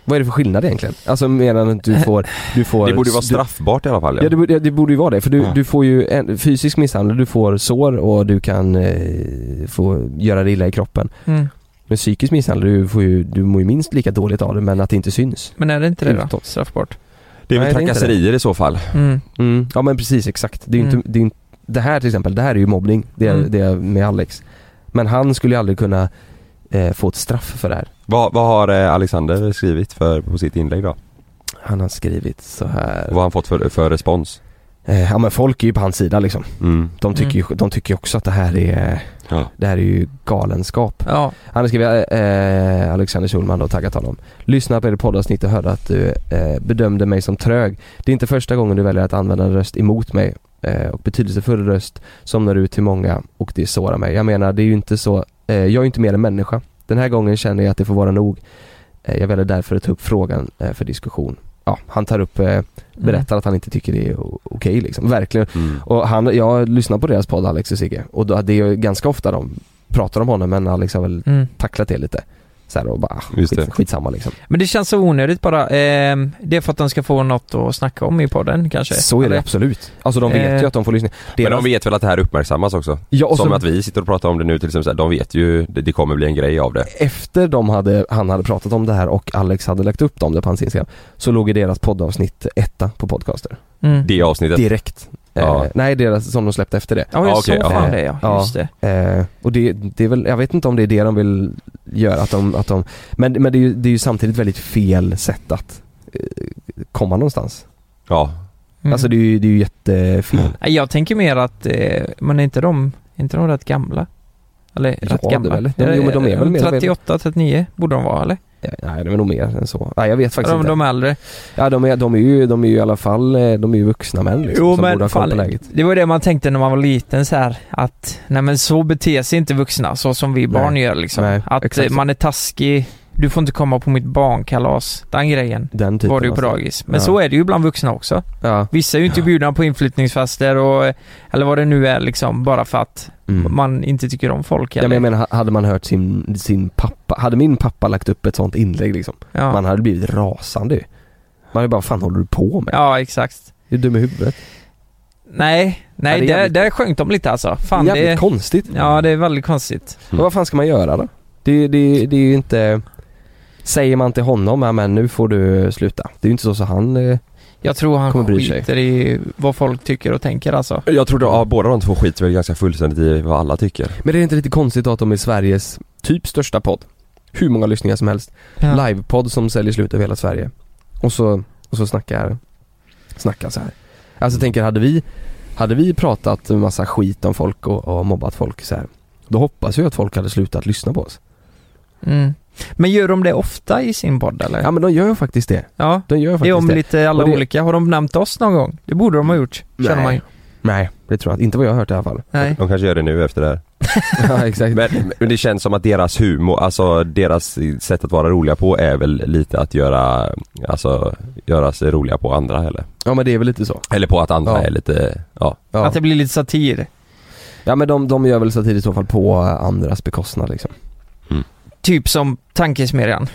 Speaker 2: Vad är det för skillnad egentligen? Alltså medan att du får, du får
Speaker 1: Det borde ju vara
Speaker 2: du-
Speaker 1: straffbart i alla fall.
Speaker 2: Ja det, borde- ja, det borde ju vara det, för du,
Speaker 1: Ja.
Speaker 2: du får ju en, fysisk misshandel, du får sår och du kan eh, få göra dig illa i kroppen.
Speaker 3: Mm.
Speaker 2: Men psykisk misshandel, du, får ju, du mår ju minst lika dåligt av det men att det inte syns.
Speaker 3: Men är det inte det då?
Speaker 2: Utåt.
Speaker 3: Straffbart?
Speaker 1: Det är väl
Speaker 2: Nej, det är inte
Speaker 1: trakasserier i så fall.
Speaker 3: Mm.
Speaker 2: Mm. Ja men precis, exakt. Det, är ju
Speaker 3: Mm.
Speaker 2: inte, det, är, ju inte- det här till exempel, det här är ju mobbning, det är,
Speaker 3: Mm.
Speaker 2: det är med Alex. Men han skulle ju aldrig kunna eh, få ett straff för det här.
Speaker 1: Vad, vad har eh, Alexander skrivit för, på sitt inlägg då?
Speaker 2: Han har skrivit så här.
Speaker 1: Vad har han fått för, för respons?
Speaker 2: Eh, ja men folk är ju på hans sida liksom.
Speaker 1: Mm.
Speaker 2: De tycker, ju, de tycker ju också att det här är,
Speaker 1: Ja.
Speaker 2: det här är ju galenskap.
Speaker 3: Ja,
Speaker 2: Han har skrivit, eh, eh, Alexander Schulman då, taggat honom. Lyssna på er poddavsnitt och hörde att du eh, bedömde mig som trög. Det är inte första gången du väljer att använda en röst emot mig eh, och betydelsefull röst som når ut till många och det sårar mig. Jag menar, det är ju inte så, eh, jag är inte mer än människa. Den här gången känner jag att det får vara nog. Eh, jag väljer därför att ta upp frågan eh, för diskussion. Ja, han tar upp, eh, berättar att han inte tycker det är o- okej liksom. Verkligen
Speaker 1: Mm.
Speaker 2: och han, jag lyssnar på deras podd Alex och Sigge och då, det är ju ganska ofta de pratar om honom men Alex har väl
Speaker 3: Mm.
Speaker 2: tacklat det lite. Så här och bara, ah,
Speaker 1: Just
Speaker 2: skit,
Speaker 1: det.
Speaker 2: skitsamma liksom.
Speaker 3: Men det känns så onödigt bara. Ehm, det är för att de ska få något att snacka om i podden kanske.
Speaker 2: Så är det
Speaker 3: Eller?
Speaker 2: absolut. Alltså de vet
Speaker 3: Eh.
Speaker 2: ju att de får lyssna.
Speaker 1: Men
Speaker 2: Deras,
Speaker 1: de vet väl att det här uppmärksammas också?
Speaker 2: ja, och
Speaker 1: Som
Speaker 2: så,
Speaker 1: att vi sitter och pratar om det nu till exempel, så här, de vet ju, det, det kommer bli en grej av det.
Speaker 2: Efter de hade, han hade pratat om det här och Alex hade lagt upp dem det på hans Instagram så låg ju deras poddavsnitt etta på podcaster.
Speaker 3: Mm.
Speaker 1: Det avsnittet.
Speaker 2: Direkt.
Speaker 1: Ja.
Speaker 2: Eh, nej, deras som de släppte efter det.
Speaker 3: Ja, jag
Speaker 1: Ja,
Speaker 3: såg
Speaker 1: okej, ja.
Speaker 3: fan det ja.
Speaker 2: Ja.
Speaker 3: Just det.
Speaker 2: Eh, och det, det är väl, jag vet inte om det är det de vill göra, att de, att de men, men det är ju, det är ju samtidigt väldigt fel sätt att eh, komma någonstans.
Speaker 1: Ja.
Speaker 3: Mm.
Speaker 2: Alltså det är ju, det är ju jättefel.
Speaker 3: Nej, Jag tänker mer att, eh, men är inte de, är inte de rätt gamla? Eller
Speaker 2: Ja,
Speaker 3: rätt
Speaker 2: det är
Speaker 3: gamla?
Speaker 2: väl- de- jo, men de är väl mer-
Speaker 3: 38, 39 borde de vara eller?
Speaker 2: Eh, Nej det är nog mer än så. Nej jag vet faktiskt
Speaker 3: de,
Speaker 2: inte.
Speaker 3: de är äldre.
Speaker 2: Ja de är, de är ju, de är ju i alla fall, eh, de är ju vuxna män liksom, som borde ha koll på läget.
Speaker 3: det var ju det man tänkte när man var liten så här att nej men så beter sig inte vuxna så som vi barn
Speaker 2: Nej.
Speaker 3: gör liksom.
Speaker 2: Nej,
Speaker 3: att
Speaker 2: exakt
Speaker 3: eh,
Speaker 2: så.
Speaker 3: man är taskig, du får inte komma på mitt barnkalas. Den grejen
Speaker 2: Den typen
Speaker 3: var det ju på
Speaker 2: alltså.
Speaker 3: dagis. Men
Speaker 2: Ja.
Speaker 3: så är det ju bland vuxna också.
Speaker 2: Ja.
Speaker 3: Vissa är ju inte bjudna på inflyttningsfester och eh, eller vad det nu är liksom bara för att
Speaker 2: Mm.
Speaker 3: man inte tycker om folk
Speaker 2: Ja,
Speaker 3: eller?
Speaker 2: men jag menar, ha- hade man hört sin, sin pappa, hade min pappa lagt upp ett sånt inlägg liksom,
Speaker 3: ja.
Speaker 2: man hade blivit rasande ju. Man hade bara, fan håller du på med?
Speaker 3: ja, exakt.
Speaker 2: Du är dum i huvudet.
Speaker 3: Nej, nej,
Speaker 2: Ja, det är
Speaker 3: där,
Speaker 2: jävligt-
Speaker 3: där sjönk de lite alltså. Fan,
Speaker 2: Jävligt
Speaker 3: det,
Speaker 2: konstigt.
Speaker 3: ja, det är väldigt konstigt.
Speaker 2: Men vad fan ska man göra då? Det, det, det är ju inte... Säger man till honom, ja men nu får du sluta. Det är ju inte så så han... eh,
Speaker 3: Jag tror han
Speaker 2: Kommer bry sig.
Speaker 3: skiter i vad folk tycker och tänker alltså.
Speaker 1: Jag tror då, ja, båda de två skiter väl ganska fullständigt i vad alla tycker.
Speaker 2: Men det är inte lite konstigt då att de är Sveriges typ största podd. Hur många lyssningar som helst.
Speaker 3: Ja.
Speaker 2: Livepodd som säljer slut över hela Sverige. Och så, och så snackar, snackar så här.
Speaker 3: Mm.
Speaker 2: Alltså jag tänker, hade vi, hade vi pratat en massa skit om folk och, och mobbat folk så här. Då hoppas jag att folk hade slutat lyssna på oss.
Speaker 3: Mm. Men gör de det ofta i sin podd eller?
Speaker 2: Ja men de gör faktiskt det.
Speaker 3: Ja,
Speaker 2: De gör
Speaker 3: det är
Speaker 2: faktiskt
Speaker 3: om
Speaker 2: det.
Speaker 3: lite alla
Speaker 2: Och det-
Speaker 3: olika. Har de nämnt oss någon gång? Det borde de ha gjort, känner
Speaker 2: Nej.
Speaker 3: man ju.
Speaker 2: Nej, det tror jag inte. Inte vad jag har hört i alla fall.
Speaker 3: Nej.
Speaker 1: De kanske gör det nu efter det här.
Speaker 2: ja, exakt.
Speaker 1: Men, men det känns som att deras humor, alltså deras sätt att vara roliga på är väl lite att göra, alltså göra sig roliga på andra eller?
Speaker 2: Ja men det är väl lite så.
Speaker 1: Eller på att andra
Speaker 2: Ja.
Speaker 1: är lite, ja.
Speaker 2: Ja,
Speaker 3: Att det blir lite satir.
Speaker 2: ja men de, de gör väl satir i så fall på eh, andras bekostnad liksom.
Speaker 3: Typ som tankesmedjan.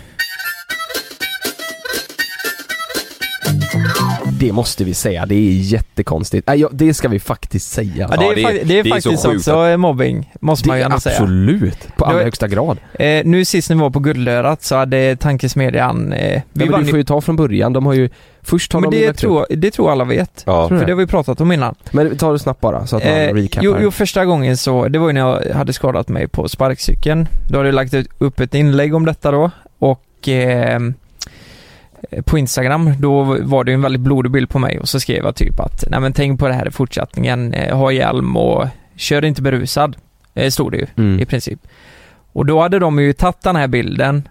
Speaker 2: Det måste vi säga, det är jättekonstigt. Nej, ja, det ska vi faktiskt säga.
Speaker 3: Ja, det,
Speaker 1: Ja,
Speaker 3: är,
Speaker 1: det
Speaker 3: fa-
Speaker 1: är-
Speaker 3: det är,
Speaker 1: det är så
Speaker 3: faktiskt
Speaker 1: sjukt
Speaker 3: också mobbing, måste man ju ändå säga.
Speaker 2: absolut, på allra
Speaker 3: Det-
Speaker 2: högsta grad.
Speaker 3: Eh, nu sist när vi var på Guldörat så hade tankesmedjan... Eh, vi
Speaker 2: Ja, men
Speaker 3: vann
Speaker 2: du
Speaker 3: ju-
Speaker 2: får ju ta från början, de har ju, först har
Speaker 3: men
Speaker 2: de ju
Speaker 3: det,
Speaker 2: lagt upp-
Speaker 3: tror, det tror alla vet.
Speaker 1: Ja.
Speaker 3: För det har vi pratat om innan.
Speaker 2: Men ta det snabbt bara så att man
Speaker 3: Eh,
Speaker 2: recapar.
Speaker 3: jo, jo, första gången så, det var ju när jag hade skadat mig på sparkcykeln. Då hade jag lagt ut- upp ett inlägg om detta då och eh, på Instagram, då var det ju en väldigt blodig bild på mig och så skrev jag typ att nej men tänk på det här i fortsättningen, eh, ha hjälm och kör inte berusad. Eh, stod det ju
Speaker 2: Mm.
Speaker 3: i princip. Och då hade de ju tagit den här bilden,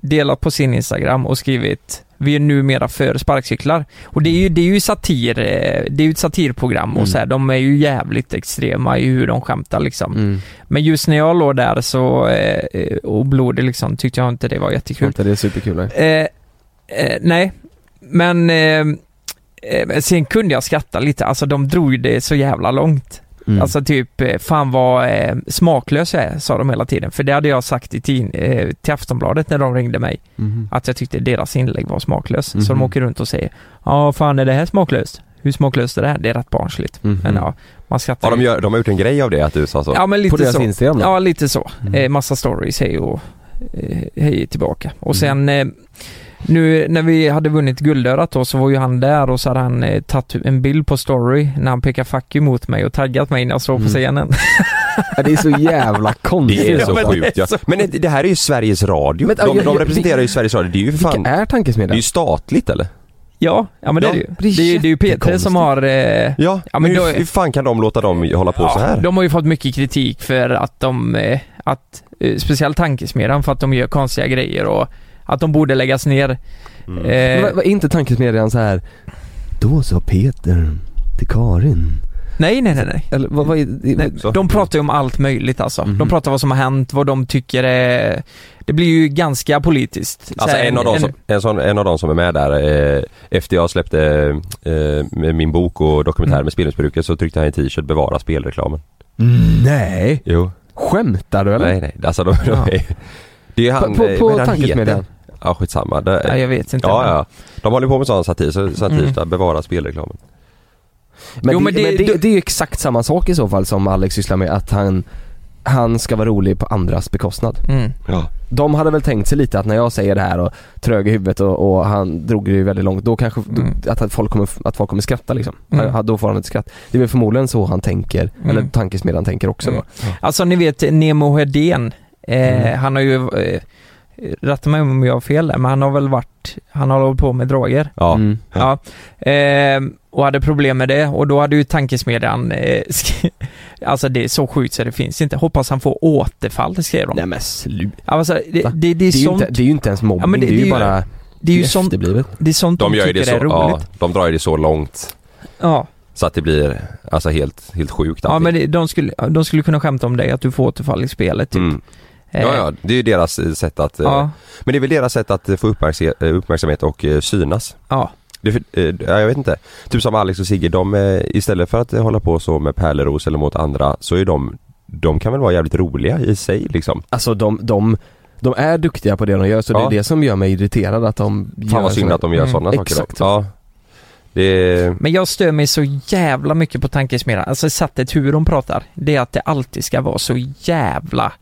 Speaker 3: delat på sin Instagram och skrivit vi är numera för sparkcyklar. Och det är ju, det är ju satir, eh, det är ju ett satirprogram
Speaker 2: Mm.
Speaker 3: och så här, de är ju jävligt extrema i hur de skämtar liksom.
Speaker 2: Mm.
Speaker 3: Men just när jag låg där så, eh, eh, och blodig liksom, tyckte jag inte det var jättekul.
Speaker 2: Inte, det är superkul. nej.
Speaker 3: Eh, eh, nej, men eh, eh, sen kunde jag skratta lite, alltså de drog ju det så jävla långt.
Speaker 2: Mm.
Speaker 3: Alltså typ, eh, fan vad eh, smaklös jag är, sa de hela tiden. För det hade jag sagt i tid, eh, till Aftonbladet när de ringde mig,
Speaker 2: Mhm.
Speaker 3: att jag tyckte deras inlägg var smaklös. Så
Speaker 2: Mhm.
Speaker 3: de åker runt och säger, ja fan är det här smaklöst? Hur smaklöst är det här? Det är rätt barnsligt.
Speaker 2: Mhm.
Speaker 3: Men ja, man skrattar.
Speaker 1: Ja, de, gör, de har gjort en grej av det att du sa så.
Speaker 3: ja men
Speaker 2: På
Speaker 3: lite
Speaker 2: deras
Speaker 3: så.
Speaker 2: Instagram då?
Speaker 3: Ja, lite så.
Speaker 2: Mm.
Speaker 3: Eh, massa stories, hej och eh, hej tillbaka. Och
Speaker 2: Mhm.
Speaker 3: sen eh, nu när vi hade vunnit guldörat då så var ju han där och så hade han eh, tagit en bild på story när han pekade fuck you mot mig och taggat mig när jag stod på
Speaker 2: Mm.
Speaker 3: scenen.
Speaker 2: Ja, Det är så jävla konstigt.
Speaker 1: Det är så
Speaker 3: men det är
Speaker 1: sjukt ja.
Speaker 3: så-
Speaker 1: Men det- det här är ju Sveriges Radio.
Speaker 2: Men, ja,
Speaker 1: de,
Speaker 2: jag-
Speaker 1: de
Speaker 2: jag-
Speaker 1: representerar ju Sveriges Radio. Det är ju för fan,
Speaker 2: Vilka
Speaker 1: det
Speaker 2: är
Speaker 1: är
Speaker 2: tankesmedjan?
Speaker 1: ju statligt eller?
Speaker 3: Ja, ja men det är det ju.
Speaker 2: det är
Speaker 3: Det är, ju- det är ju Peter som har... Eh,
Speaker 1: Ja,
Speaker 3: Ja, men
Speaker 1: men
Speaker 3: då
Speaker 1: hur,
Speaker 3: är-
Speaker 1: hur fan kan de låta dem hålla på så här?
Speaker 3: de har ju fått mycket kritik för att de... Eh, att, eh, speciellt tankesmedjan för att de gör konstiga grejer och att de borde läggas ner.
Speaker 1: Mm.
Speaker 2: Men
Speaker 3: Eh,
Speaker 2: vad- vad Är inte tankesmedjan så här Då sa Peter till Karin.
Speaker 3: nej, nej, nej, nej.
Speaker 2: Eller vad, vad är det?
Speaker 3: Nej,
Speaker 1: Så.
Speaker 3: de pratar ju om allt möjligt alltså.
Speaker 2: Mhm.
Speaker 3: De pratar vad som har hänt, vad de tycker är... Det blir ju ganska politiskt. Så
Speaker 1: Alltså
Speaker 3: här,
Speaker 1: en av, dem som, en, sån, en av dem som är med där, eh, efter jag släppte eh, med min bok och dokumentär
Speaker 3: Mm.
Speaker 1: med spelmissbruket så tryckte han i en t-shirt bevara spelreklamen.
Speaker 2: Nej!
Speaker 1: Jo.
Speaker 2: Skämtar du eller?
Speaker 1: Nej nej, alltså de, de är, Det är ju
Speaker 2: På-
Speaker 1: han,
Speaker 2: på-
Speaker 1: eh,
Speaker 2: på
Speaker 1: vad är han
Speaker 2: tankesmedjan?
Speaker 1: heter? Ja skitsamma. Det,
Speaker 3: Nej, jag vet inte. Mm.
Speaker 1: ja, ja. De håller på med sån satir, så, satir där, bevara spelreklamen.
Speaker 2: Men,
Speaker 3: Jo,
Speaker 2: det, men,
Speaker 3: men det-
Speaker 2: det,
Speaker 3: du-
Speaker 2: det, är ju exakt samma sak i så fall som Alex sysslar med, att han, han ska vara rolig på andras bekostnad.
Speaker 3: Mm.
Speaker 1: Ja.
Speaker 2: De hade väl tänkt sig lite att när jag säger det här och trög i huvudet och, och han drog det ju väldigt långt, då kanske
Speaker 3: Mm.
Speaker 2: då, att, folk kommer, att folk kommer skratta liksom.
Speaker 3: Mm.
Speaker 2: Ja, Då får han ett skratt. Det är väl förmodligen så han tänker,
Speaker 3: Mm.
Speaker 2: eller tankesmedjan tänker också
Speaker 3: Mm.
Speaker 2: då.
Speaker 3: Alltså ni vet Nemo Hedén, eh,
Speaker 2: Mm.
Speaker 3: han har ju, eh, rätta mig om jag har fel där, men han har väl varit, han har hållit på med droger.
Speaker 1: Ja.
Speaker 2: Mm.
Speaker 3: Ja. Eh, och hade problem med det och då hade ju tankesmedjan, eh, sk- alltså det är så sjukt så det finns inte, hoppas han får återfall skrev de.
Speaker 2: Nej men sluta.
Speaker 3: Alltså det, det, det, är
Speaker 2: Det är, ju
Speaker 3: sånt,
Speaker 2: inte, det är ju inte ens mobbning,
Speaker 3: Ja, men det-
Speaker 2: det, är
Speaker 3: det
Speaker 2: ju
Speaker 3: är ju-
Speaker 2: bara
Speaker 3: det är ju sånt,
Speaker 2: efterblivet.
Speaker 3: det är sånt de,
Speaker 1: De gör ju
Speaker 3: tycker
Speaker 1: det så,
Speaker 3: är
Speaker 1: ja,
Speaker 3: roligt.
Speaker 1: de drar ju det så långt
Speaker 3: Ja.
Speaker 1: så att det blir alltså helt, helt sjukt
Speaker 3: Ja
Speaker 1: allting.
Speaker 3: men det- de skulle, de skulle kunna skämta om dig att du får återfall i spelet typ.
Speaker 1: Mm.
Speaker 3: Eh,
Speaker 1: Ja, ja, det är ju deras eh, sätt att eh,
Speaker 3: ja,
Speaker 1: Men det är väl deras sätt att eh, få uppmärkse- eh, uppmärksamhet och eh, synas.
Speaker 3: ja.
Speaker 1: Det, är för- eh, ja, jag vet inte. Typ som Alex och Sigge, de eh, istället för att eh, hålla på så med pärleros eller mot andra så är de, de kan väl vara jävligt roliga i sig liksom.
Speaker 2: Alltså de, de, de är duktiga på det de gör så det
Speaker 1: Ja.
Speaker 2: är det som gör mig irriterad att de
Speaker 1: Fan
Speaker 2: gör
Speaker 1: vad synd
Speaker 2: såna-
Speaker 1: att de gör
Speaker 3: Mm,
Speaker 1: sådana saker.
Speaker 2: exakt.
Speaker 1: då. Ja. Det,
Speaker 3: Men jag stör mig så jävla mycket på tankesmedjan, alltså sättet hur de pratar. Det är att det alltid ska vara så jävla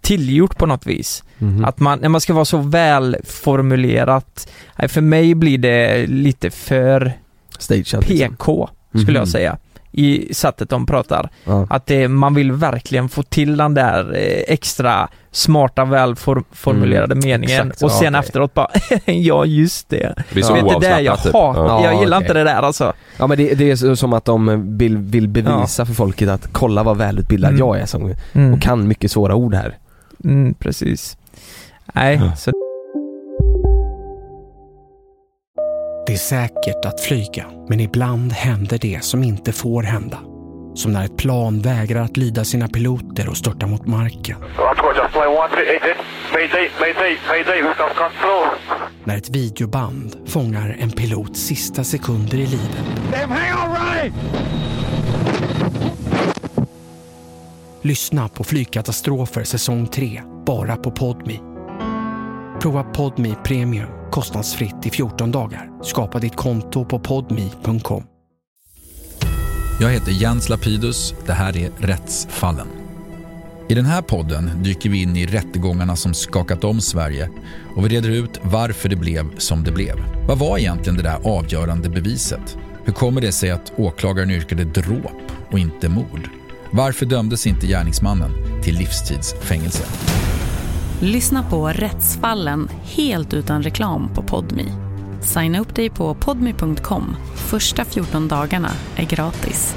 Speaker 3: tillgjort på något vis.
Speaker 2: Mhm.
Speaker 3: Att man, när man ska vara så välformulerat. Nej, För mig blir det lite för
Speaker 2: Stageat liksom.
Speaker 3: PK, skulle jag
Speaker 2: Mhm.
Speaker 3: säga. I sättet de pratar.
Speaker 2: Ja.
Speaker 3: Att det, man vill verkligen få till den där eh, extra smarta välformulerade meningen
Speaker 2: Exakt,
Speaker 3: och
Speaker 2: ja,
Speaker 3: sen
Speaker 2: okej.
Speaker 3: efteråt bara ja just det.
Speaker 1: det är så
Speaker 3: Ja. Vet du, det där jag
Speaker 1: oavslappnat typ. Ja.
Speaker 3: hatar, jag
Speaker 2: Ja,
Speaker 3: gillar
Speaker 2: okej.
Speaker 3: inte det där alltså.
Speaker 2: Ja men det, det är så- som att de vill, vill bevisa för folket att kolla vad välutbildad
Speaker 3: Mm.
Speaker 2: jag är som,
Speaker 3: Mm.
Speaker 2: och kan mycket svåra ord här.
Speaker 3: Mm, precis. Nej, så...
Speaker 6: Det är säkert att flyga, men ibland händer det som inte får hända. Som när ett plan vägrar att lyda sina piloter och störtar mot marken. När ett videoband fångar en pilots sista sekunder i livet.
Speaker 7: Damn, hang on, Ronnie!
Speaker 6: Lyssna på Flygkatastrofer säsong 3, bara på Podmi. Prova Podmi Premium kostnadsfritt i 14 dagar. Skapa ditt konto på podmi.com.
Speaker 8: Jag heter Jens Lapidus. Det här är Rättsfallen. I den här podden dyker vi in i rättegångarna som skakat om Sverige och vi reder ut varför det blev som det blev. Vad var egentligen det där avgörande beviset? Hur kommer det sig att åklagaren yrkade dråp och inte mord? Varför dömdes inte gärningsmannen till livstidsfängelse?
Speaker 9: Lyssna på Rättsfallen helt utan reklam på Podmi. Signa upp dig på podmi.com. Första 14 dagarna är gratis.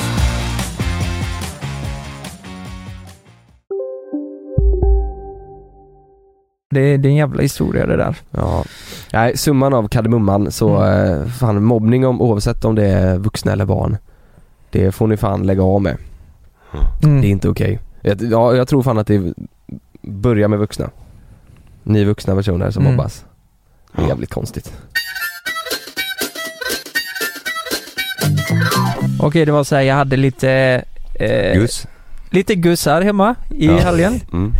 Speaker 3: Det, det är en jävla historia det där.
Speaker 2: Ja. Nej, summan av kardemumman så, eh, fan mobbning om, oavsett om det är vuxna eller barn. Det får ni fan lägga av med.
Speaker 3: Mm.
Speaker 2: Det är inte okej. Jag- Ja, jag tror fan att det börjar med vuxna. Ni vuxna personer som
Speaker 3: Mm.
Speaker 2: mobbas. Det är jävligt konstigt.
Speaker 3: Okej, det var så här, jag hade lite... Eh,
Speaker 2: Guss.
Speaker 3: Lite gussar hemma i
Speaker 2: Ja.
Speaker 3: helgen.
Speaker 2: Mm.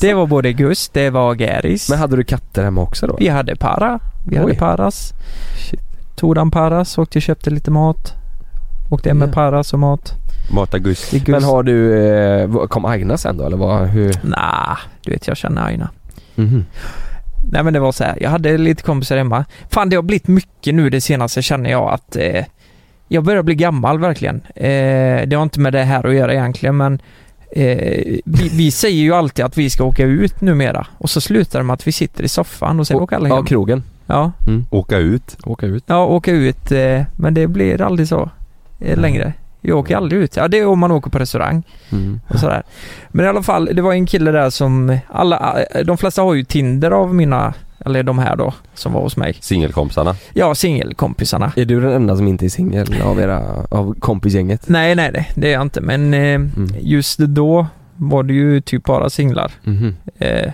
Speaker 3: Det var både guss, det var gäris.
Speaker 2: Men hade du katter hemma också då?
Speaker 3: Vi hade para. Vi hade
Speaker 2: Oj.
Speaker 3: paras. Tordan paras, åkte och köpte lite mat. Åkte hem med paras och mat.
Speaker 1: Mata Gus.
Speaker 3: Guss.
Speaker 2: Men har du, eh, vad- kom Agna sen då eller vad, hur?
Speaker 3: Nah, du vet jag känner Aina.
Speaker 2: Mm-hmm.
Speaker 3: Nej men det var så här, jag hade lite kompisar hemma. Fan det har blivit mycket nu det senaste känner jag att eh, jag börjar bli gammal verkligen. Eh, det har inte med det här att göra egentligen men eh, vi, vi säger ju alltid att vi ska åka ut numera och så slutar det med att vi sitter i soffan och sen åker alla hem.
Speaker 2: Ja, krogen.
Speaker 3: Ja.
Speaker 1: Åka ut.
Speaker 2: Åka ut.
Speaker 3: Ja, åka ut. eh, Men det blir aldrig så eh, längre. Jag åker aldrig ut. Ja, det är om man åker på restaurang
Speaker 2: Mm.
Speaker 3: och sådär. Men i alla fall, det var en kille där som alla, eh, de flesta har ju Tinder av mina, eller de här då, som var hos mig.
Speaker 1: Singelkompisarna.
Speaker 3: Ja, singelkompisarna.
Speaker 2: Är du den enda som inte är singel av era, av kompisgänget?
Speaker 3: Nej, nej, nej, det är jag inte. Men eh, just då var det ju typ bara singlar.
Speaker 2: Mhm.
Speaker 3: Eh,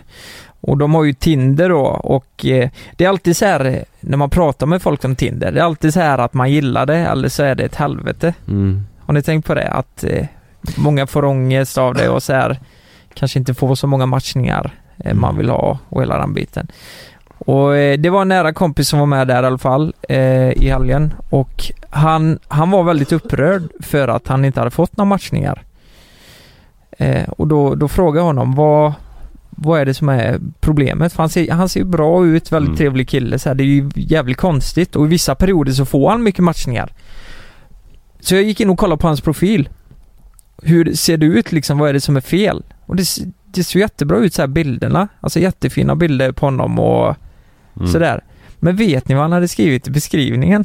Speaker 3: och de har ju Tinder då och eh, det är alltid så här eh, när man pratar med folk om Tinder, det är alltid så här att man gillar det eller så är det ett helvete.
Speaker 2: Mm.
Speaker 3: Har ni tänkt på det? Att eh, många får ångest av det och så här kanske inte får så många matchningar eh, man vill ha och hela den biten. Och eh, det var en nära kompis som var med där i alla fall eh, i helgen och han, han var väldigt upprörd för att han inte hade fått några matchningar. Eh, och då, då frågade jag honom vad, vad är det som är problemet? För han ser, han ser ju bra ut, väldigt trevlig kille så här, det är ju jävligt konstigt och i vissa perioder så får han mycket matchningar. Så jag gick in och kollade på hans profil. Hur ser det ut liksom? Vad är det som är fel? Och det, s- det ser jättebra ut så här bilderna. Alltså jättefina bilder på honom och
Speaker 2: Mm.
Speaker 3: sådär. Men vet ni vad han hade skrivit i beskrivningen?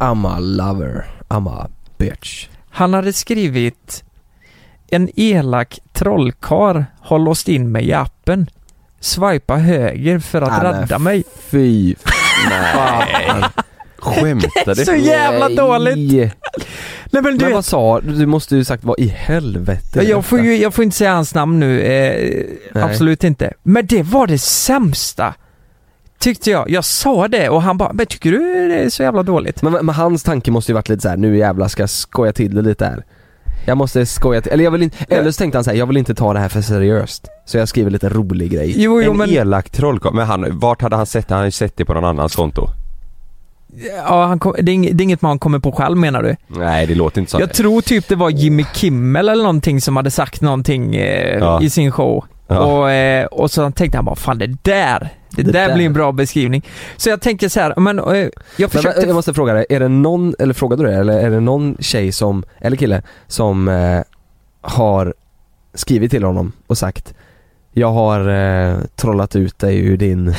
Speaker 2: I'm a lover, I'm a bitch.
Speaker 3: Han hade skrivit En elak trollkar har låst in mig i appen. Swipa höger för att
Speaker 2: Nej, men
Speaker 3: rädda mig.
Speaker 2: Fy fan.
Speaker 3: Det
Speaker 2: Skämtar
Speaker 3: är så jävla dåligt. Nej men du
Speaker 2: Men
Speaker 3: vet,
Speaker 2: vad sa du? Du måste ju sagt vad i helvete.
Speaker 3: jag får ju, jag får inte säga hans namn nu. Eh,
Speaker 2: Nej.
Speaker 3: absolut inte. Men det var det sämsta. Tyckte jag. Jag sa det och han bara, men tycker du det är så jävla dåligt?
Speaker 2: Men, men hans tanke måste ju varit lite så här: nu jävlar ska jag skoja till det lite här. Jag måste skoja till, eller jag vill inte, eller så tänkte han så här, jag vill inte ta det här för seriöst. Så jag skriver lite rolig grej.
Speaker 3: Jo, jo
Speaker 1: en e-
Speaker 3: men,
Speaker 1: elak trollkarl. Men han, vart hade han sett det? Han hade ju sett det på någon annans konto.
Speaker 3: ja, han kom, det, är inget, det är inget man kommer på själv menar du?
Speaker 1: Nej det låter inte så.
Speaker 3: Jag tror typ det var Jimmy Kimmel eller någonting som hade sagt någonting eh,
Speaker 1: Ja.
Speaker 3: i sin show. Och, eh, och så tänkte han bara, fan det där, det,
Speaker 2: Det
Speaker 3: där,
Speaker 2: där.
Speaker 3: blir en bra beskrivning. Så jag tänker så här, men eh, jag
Speaker 2: Men,
Speaker 3: försökte...
Speaker 2: jag måste fråga dig, är det någon, eller frågade du det, eller är det någon tjej som, eller kille, som eh, har skrivit till honom och sagt Jag har eh, trollat ut dig ur din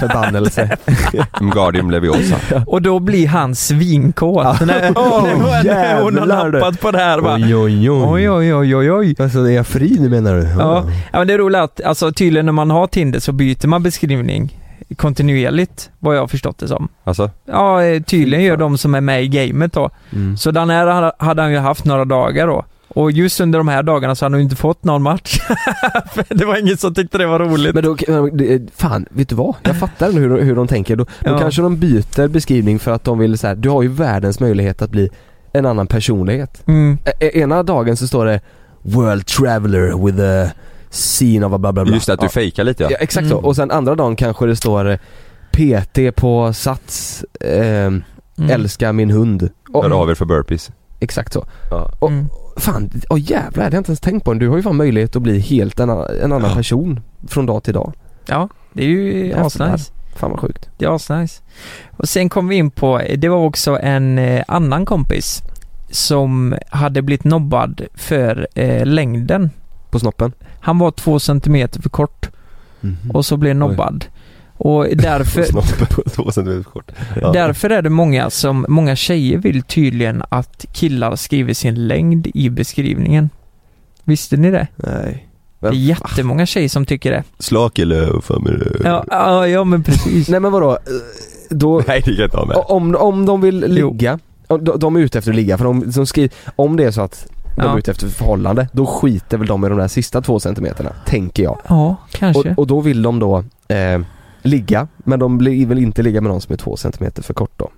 Speaker 2: förbannelse.
Speaker 1: Mm, Guardian Leviosa.
Speaker 3: Och då blir han svinkåt när,
Speaker 2: Åh,
Speaker 3: när, när hon har
Speaker 2: jävlar du.
Speaker 3: nappat på det här. Bara,
Speaker 2: Oj oj oj. Oj oj oj oj. Alltså är jag fri nu menar du?
Speaker 3: Ja, ja men det är roligt att alltså, tydligen när man har Tinder så byter man beskrivning kontinuerligt, vad jag har förstått det som.
Speaker 1: Alltså?
Speaker 3: Ja, eh, tydligen gör de som är med i gamet då.
Speaker 2: Mm.
Speaker 3: Så den här hade- hade han ju haft några dagar då. Och just under de här dagarna så hade han ju inte fått någon match. För det var ingen som tyckte det var roligt.
Speaker 2: Men då, det- fan, vet du vad? Jag fattar nu hur, hur de tänker. Då,
Speaker 3: Ja.
Speaker 2: då kanske de byter beskrivning för att de vill så här, du har ju världens möjlighet att bli en annan personlighet.
Speaker 3: Mm.
Speaker 2: E- e- ena dagen så står det World traveler with a scene of a bla bla bla.
Speaker 1: Just det, att du fejkar lite, ja.
Speaker 2: ja. exakt
Speaker 1: Mm.
Speaker 2: så. Och sen andra dagen kanske det står eh, PT på Sats, ehm,
Speaker 3: Mm.
Speaker 2: älska min hund. Och-
Speaker 1: Hör av er för burpees.
Speaker 2: Exakt så.
Speaker 1: Ja.
Speaker 2: Och,
Speaker 3: Mm.
Speaker 2: Fan, åh jävlar, det har jag inte ens tänkt på. Du har ju fan möjlighet att bli helt en, annan- en annan person från dag till dag.
Speaker 3: Ja, det är ju
Speaker 2: Jävlar.
Speaker 3: asnice.
Speaker 2: Fan vad sjukt.
Speaker 3: Det är asnice. Och sen kom vi in på, det var också en eh, annan kompis som hade blivit nobbad för eh, längden.
Speaker 2: På snoppen?
Speaker 3: Han var två centimeter för kort och så blev nobbad. Och därför,
Speaker 1: Två centimeter kort.
Speaker 3: därför är det många som, många tjejer vill tydligen att killar skriver sin längd i beskrivningen. Visste ni det?
Speaker 2: Nej.
Speaker 3: Det är jättemånga tjejer som tycker det.
Speaker 1: Slakelöv, fan med det.
Speaker 3: Ja, ja, ja men precis.
Speaker 2: Nej men vadå? Eh, Då,
Speaker 1: Nej det kan jag inte ha med.
Speaker 2: O- Om, om de vill ligga, om de, de är ute efter att ligga för de, de skriver, om det är så att de
Speaker 3: Ja.
Speaker 2: är ute efter förhållande, då skiter väl de i de där sista två centimeterna, tänker jag.
Speaker 3: Ja, kanske.
Speaker 2: Och, och då vill de då eh, ligga, men de blir- vill inte ligga med någon som är två centimeter för kort då.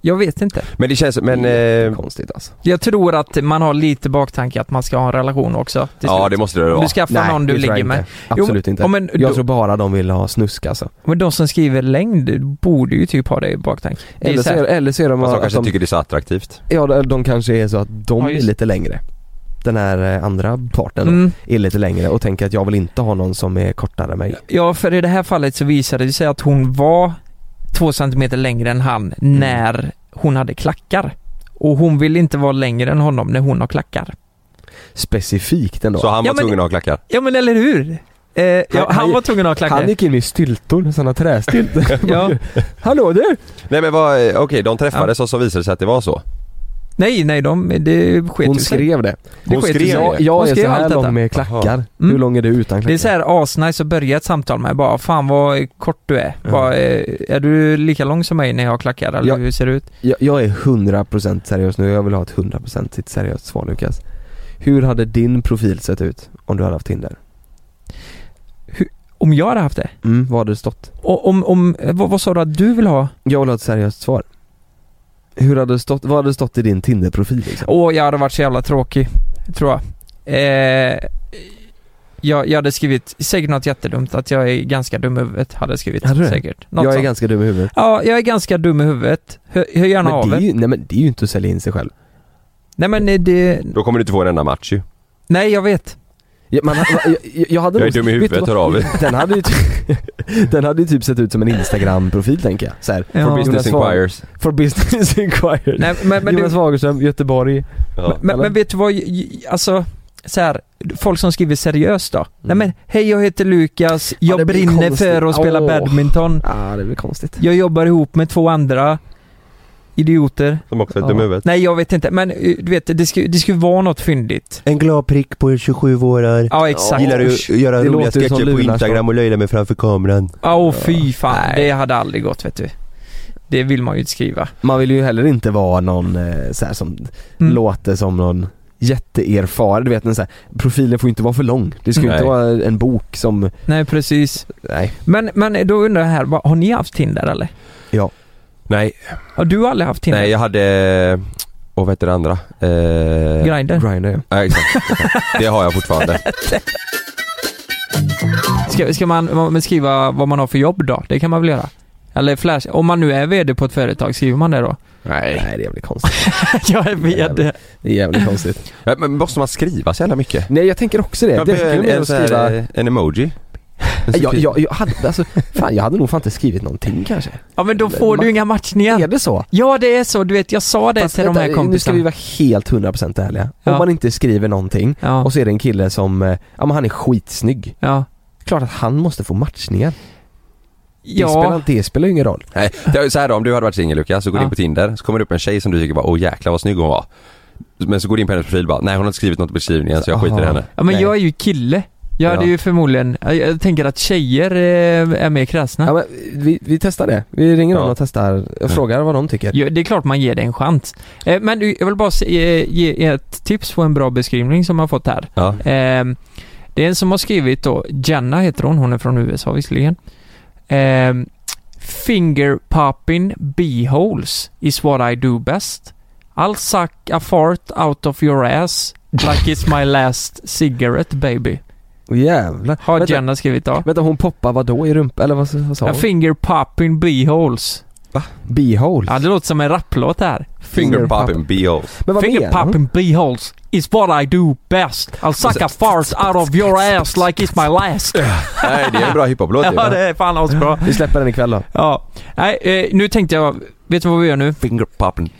Speaker 3: Jag vet inte.
Speaker 1: Men det känns, men... Eh,
Speaker 2: konstigt alltså.
Speaker 3: Jag tror att man har lite baktanke att man ska ha en relation också. till
Speaker 1: Ja
Speaker 3: slut.
Speaker 1: det måste det
Speaker 3: Om
Speaker 1: vara.
Speaker 3: du skaffar någon
Speaker 2: det
Speaker 3: du
Speaker 2: tror jag
Speaker 3: ligger med.
Speaker 2: Inte.
Speaker 3: Jo,
Speaker 2: Absolut inte.
Speaker 3: ja, men,
Speaker 2: jag
Speaker 3: då-
Speaker 2: tror bara de vill ha snusk alltså.
Speaker 3: men de som skriver längd borde ju typ ha det i baktanke. Det är
Speaker 2: Eller så,
Speaker 3: så
Speaker 2: är,
Speaker 3: här-
Speaker 2: eller så är de
Speaker 1: Fast de
Speaker 2: att
Speaker 1: kanske
Speaker 2: de,
Speaker 1: tycker det är så attraktivt.
Speaker 2: ja, de- de kanske är så att de
Speaker 3: Ja,
Speaker 2: är
Speaker 3: just.
Speaker 2: lite längre. Den här eh, andra parten då,
Speaker 3: Mm.
Speaker 2: är lite längre och tänker att jag vill inte ha någon som är kortare än mig.
Speaker 3: Ja, för i det här fallet så visade det sig att hon var två centimeter längre än han när hon hade klackar. Och hon vill inte vara längre än honom när hon har klackar.
Speaker 2: Specifikt ändå.
Speaker 1: Så han var
Speaker 3: Ja, men-
Speaker 1: tvungen att ha klackar?
Speaker 3: Ja men eller hur? Eh, ja, han, var tvungen att ha klackar.
Speaker 2: Han gick in i styltor, sådana trästyltor.
Speaker 3: ja.
Speaker 2: Hallå du!
Speaker 1: Nej men vad, eh, okej de träffades och så visade det sig att det var så.
Speaker 3: Nej, nej, de, det sket
Speaker 2: Hon
Speaker 3: ju sig.
Speaker 2: skrev det.
Speaker 3: Det
Speaker 1: Hon
Speaker 3: sket ju
Speaker 1: skrev
Speaker 3: sig.
Speaker 1: det.
Speaker 2: Jag
Speaker 3: Hon
Speaker 2: är
Speaker 3: skrev
Speaker 2: så här
Speaker 3: allt detta.
Speaker 2: lång med klackar.
Speaker 3: Mm.
Speaker 2: Hur lång är du utan
Speaker 3: Det är
Speaker 2: klackar?
Speaker 3: så här asnice att börja ett samtal med bara Fan vad kort du är. Vad, eh, är du lika lång som mig när jag har klackar eller
Speaker 2: Ja.
Speaker 3: hur ser det ut?
Speaker 2: Jag, jag är 100% seriös nu, jag vill ha ett 100% seriöst svar Lukas. Hur hade din profil sett ut om du hade haft Tinder?
Speaker 3: Om jag hade haft det?
Speaker 2: Mm, vad hade det stått?
Speaker 3: Och om, om eh, vad, vad sa du att du vill ha?
Speaker 2: Jag vill ha ett seriöst svar. Hur hade det stått, vad hade det stått i din Tinder-profil liksom?
Speaker 3: Åh, jag hade varit så jävla tråkig. Tror jag. Eh, jag, jag hade skrivit, säkert något jättedumt, att jag är ganska dum i huvudet, hade jag skrivit.
Speaker 2: Hade du det?
Speaker 3: säkert. Något
Speaker 2: Jag är
Speaker 3: sånt.
Speaker 2: ganska dum i huvudet.
Speaker 3: Ja, jag är ganska dum i huvudet. Hör, hör gärna
Speaker 2: Men
Speaker 3: av
Speaker 2: det, är
Speaker 3: er.
Speaker 2: ju, nej, men det är ju inte att sälja in sig själv.
Speaker 3: Nej men eh, det,
Speaker 1: Då kommer du inte få en enda match ju.
Speaker 3: nej jag vet.
Speaker 2: Ja, man, jag, jag- jag hade
Speaker 1: Jag är
Speaker 2: nog-
Speaker 1: dum i
Speaker 2: vet du
Speaker 1: huvudet,
Speaker 2: vad?
Speaker 1: hör av er.
Speaker 2: Den hade ju typ, den hade ju typ sett ut som en Instagram-profil tänker jag. Så här,
Speaker 3: Ja.
Speaker 1: For
Speaker 2: Jonas
Speaker 1: business
Speaker 2: Svahn-
Speaker 1: inquires.
Speaker 2: For business inquires.
Speaker 3: Nej, men, men,
Speaker 2: Jonas
Speaker 3: du,
Speaker 2: Fagerström, Göteborg.
Speaker 1: Ja.
Speaker 3: men,
Speaker 2: eller?
Speaker 3: men vet du vad, j- alltså så här, folk som skriver seriöst då. Nej men, hej jag heter Lukas,
Speaker 2: Mm. Ja,
Speaker 3: jag
Speaker 2: det blir
Speaker 3: brinner
Speaker 2: konstigt.
Speaker 3: för att spela
Speaker 2: Åh.
Speaker 3: badminton,
Speaker 2: Ja, det blir konstigt.
Speaker 3: jag jobbar ihop med två andra idioter.
Speaker 1: Som också är
Speaker 2: Ja.
Speaker 1: dum i huvudet.
Speaker 3: Nej jag vet inte, men eh, du vet det skulle det ska ju vara något fyndigt.
Speaker 1: En glad prick på 27 år.
Speaker 3: Ja exakt.
Speaker 1: att göra
Speaker 2: Det roliga låter ju som sketcher på Lunarstorm. Instagram
Speaker 1: och löjla mig framför kameran?
Speaker 3: Ja åh, fy fan, det hade aldrig gått vet du. Det vill man ju inte skriva.
Speaker 2: Man vill ju heller inte vara någon eh, så här, som
Speaker 3: Mm.
Speaker 2: låter som någon jätteerfaren. Du vet, en så här, profilen får ju inte vara för lång. Det ska ju
Speaker 1: Nej.
Speaker 2: inte vara en bok som,
Speaker 3: Nej precis.
Speaker 2: nej.
Speaker 3: Men, men då undrar jag här, vad- har ni haft Tinder eller?
Speaker 2: Ja.
Speaker 1: Nej,
Speaker 3: Har du aldrig haft Tinder?
Speaker 1: nej jag hade... Och vad heter det andra? Eh,
Speaker 3: Grindr?
Speaker 2: Grindr ja.
Speaker 1: ja, exakt. Det har jag fortfarande.
Speaker 3: Ska, ska man man- man skriva vad man har för jobb då? Det kan man väl göra? Eller flash, om man nu är VD på ett företag, skriver man det då?
Speaker 1: Nej. Nej, det är jävligt konstigt.
Speaker 3: jag är VD.
Speaker 1: Det är jävligt konstigt. Men måste man skriva så jävla mycket?
Speaker 2: Nej jag tänker också det.
Speaker 1: Ja,
Speaker 2: Det räcker
Speaker 1: en,
Speaker 2: med
Speaker 1: en,
Speaker 2: att
Speaker 1: så här,
Speaker 2: skriva...
Speaker 1: eh, en emoji? En
Speaker 2: Nej, Jag,
Speaker 1: subtil-
Speaker 2: jag, jag, hade, alltså, fan, jag hade nog fan inte skrivit någonting kanske.
Speaker 3: Ja men då får du ju inga matchningar. Är
Speaker 2: det så?
Speaker 3: Ja det är så, du vet jag sa det
Speaker 2: Fast
Speaker 3: till
Speaker 2: vänta,
Speaker 3: de här
Speaker 2: Nu ska vi
Speaker 3: kompisarna.
Speaker 2: vara helt 100% ärliga.
Speaker 3: Ja.
Speaker 2: Om man inte skriver någonting och så är det en kille som, eh, ja men han är skitsnygg.
Speaker 3: Ja.
Speaker 2: Klart att han måste få matchningar.
Speaker 1: Ja.
Speaker 2: Det, spelar, det spelar ju ingen roll.
Speaker 1: Nej, det är så här då, om du hade varit singel Lukas, så går du in på Tinder, så kommer det upp en tjej som du tycker bara, åh jäklar vad snygg hon var. Men så går du in på hennes profil bara, nej hon har inte skrivit något i beskrivningen så jag skiter i henne.
Speaker 3: Ja men jag är ju kille. Jag hade
Speaker 1: Ja.
Speaker 3: ju förmodligen, jag- jag tänker att tjejer eh, är mer kräsna.
Speaker 2: Ja, men vi, vi testar det. Vi ringer någon och testar och frågar vad de tycker.
Speaker 3: Ja, det är klart man ger det en chans. Eh, Men du, jag vill bara se- eh, ge ett tips på en bra beskrivning som jag har fått här.
Speaker 1: Ja.
Speaker 3: Ehm, Det är en som har skrivit då, Jenna heter hon, hon är från USA visserligen. Ehm, Finger popping b-holes is what I do best. I'll suck a fart out of your ass like it's my last cigarette baby.
Speaker 2: Åh, jävlar.
Speaker 3: Har
Speaker 2: Vänta.
Speaker 3: Jenna skrivit då.
Speaker 2: Vänta, hon poppar vad då i rumpan? Eller vad, vad sa
Speaker 3: A
Speaker 2: hon?
Speaker 3: finger popping b-holes.
Speaker 2: Va? B-holes?
Speaker 3: Ja, det låter som en rapplåt här.
Speaker 1: Finger popping B.O.s.
Speaker 2: Men vad
Speaker 3: Finger
Speaker 2: menar hon?
Speaker 3: popping b-holes is what I do best. I'll suck a fart out of your ass like it's my last.
Speaker 1: Nej det är en bra hiphop-låt ju.
Speaker 3: Ja, det är fan asbra.
Speaker 2: Vi släpper den ikväll då.
Speaker 3: Ja. Nej, eh, nu tänkte jag... Vet du vad vi gör nu?
Speaker 1: Finger popping.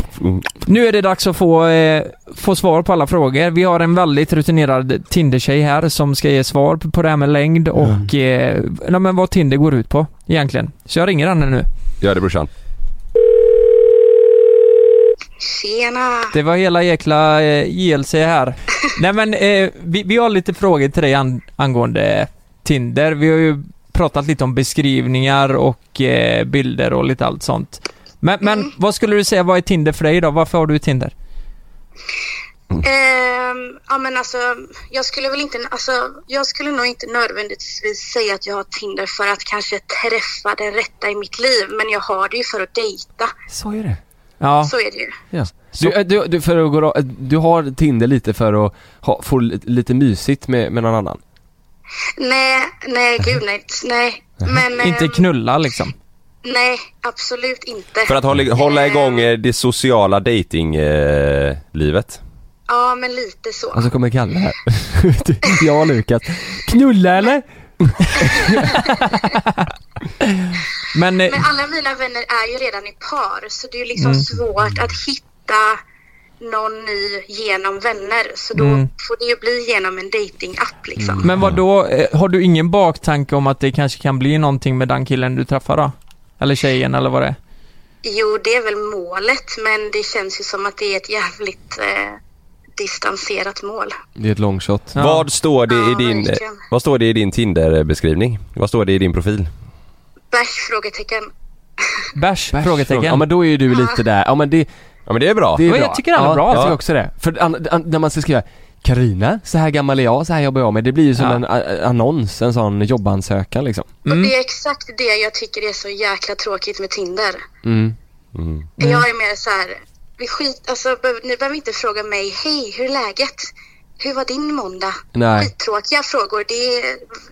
Speaker 3: Nu är det dags att få, eh, få svar på alla frågor. Vi har en väldigt rutinerad Tinder-tjej här som ska ge svar på det här med längd och eh, nej, men vad Tinder går ut på egentligen. Så jag ringer henne nu.
Speaker 1: Gör det brorsan.
Speaker 7: Tjena!
Speaker 3: Det var hela jäkla eh, JLC här. Nej men eh, vi, vi har lite frågor till dig an, angående Tinder. Vi har ju pratat lite om beskrivningar och eh, bilder och lite allt sånt. Men,
Speaker 7: Mm.
Speaker 3: men vad skulle du säga, vad är Tinder för dig då? Varför har du Tinder?
Speaker 7: Ehm, ja men alltså, jag skulle väl inte, alltså, jag skulle nog inte nödvändigtvis säga att jag har Tinder för att kanske träffa den rätta i mitt liv. Men jag har det ju för att dejta.
Speaker 2: Så är det.
Speaker 3: Ja.
Speaker 7: Så är det ju.
Speaker 2: Ja.
Speaker 3: eh,
Speaker 2: Du, du, du, för att gå, ra- du har Tinder lite för att ha, få li- lite mysigt med, med någon annan?
Speaker 7: Nej, nej gud nej. nej. Men, ehm,
Speaker 3: knulla liksom?
Speaker 7: nej, absolut inte.
Speaker 1: För att hålla, hålla igång eh, det sociala dating-livet. Eh, livet.
Speaker 7: Ja men lite så.
Speaker 2: Och så Alltså, kommer Kalle här. Typ jag och Lukas. Knulla eller?
Speaker 3: Men, eh,
Speaker 7: Men alla mina vänner är ju redan i par så det är ju liksom
Speaker 3: Mm.
Speaker 7: svårt att hitta någon ny genom vänner. Så då
Speaker 3: Mm.
Speaker 7: får det ju bli genom en dating-app liksom.
Speaker 3: men vad då eh, har du ingen baktanke om att det kanske kan bli någonting med den killen du träffar då? Eller tjejen eller vad det är?
Speaker 7: Jo, det är väl målet, men det känns ju som att det är ett jävligt eh, distanserat mål.
Speaker 2: Det är ett longshot.
Speaker 1: Vad står det i din, eh,
Speaker 7: verkligen.
Speaker 1: vad står det i din Tinder-beskrivning? Vad står det i din profil?
Speaker 7: Bärs? Frågetecken.
Speaker 3: Bärs?
Speaker 2: Frågetecken. Ja men då är ju du lite där, ja men det...
Speaker 1: Ja men det är bra.
Speaker 2: Det är
Speaker 1: Ja,
Speaker 2: bra.
Speaker 1: jag tycker den är
Speaker 2: ja,
Speaker 1: bra.
Speaker 2: Jag tycker
Speaker 1: Ja.
Speaker 2: också det. För an, an, när man ska skriva Karina, så här gammal är jag, så här jobbar jag med. Det blir ju som en a, annons, en sån jobbansökan liksom.
Speaker 1: Mm.
Speaker 7: Och det är exakt det jag tycker är så jäkla tråkigt med Tinder.
Speaker 2: Mm.
Speaker 7: Jag är mer så här, vi skit, alltså, be- ni behöver inte fråga mig, hej, hur är läget? Hur var din måndag?
Speaker 2: Nej.
Speaker 7: Skittråkiga frågor, det,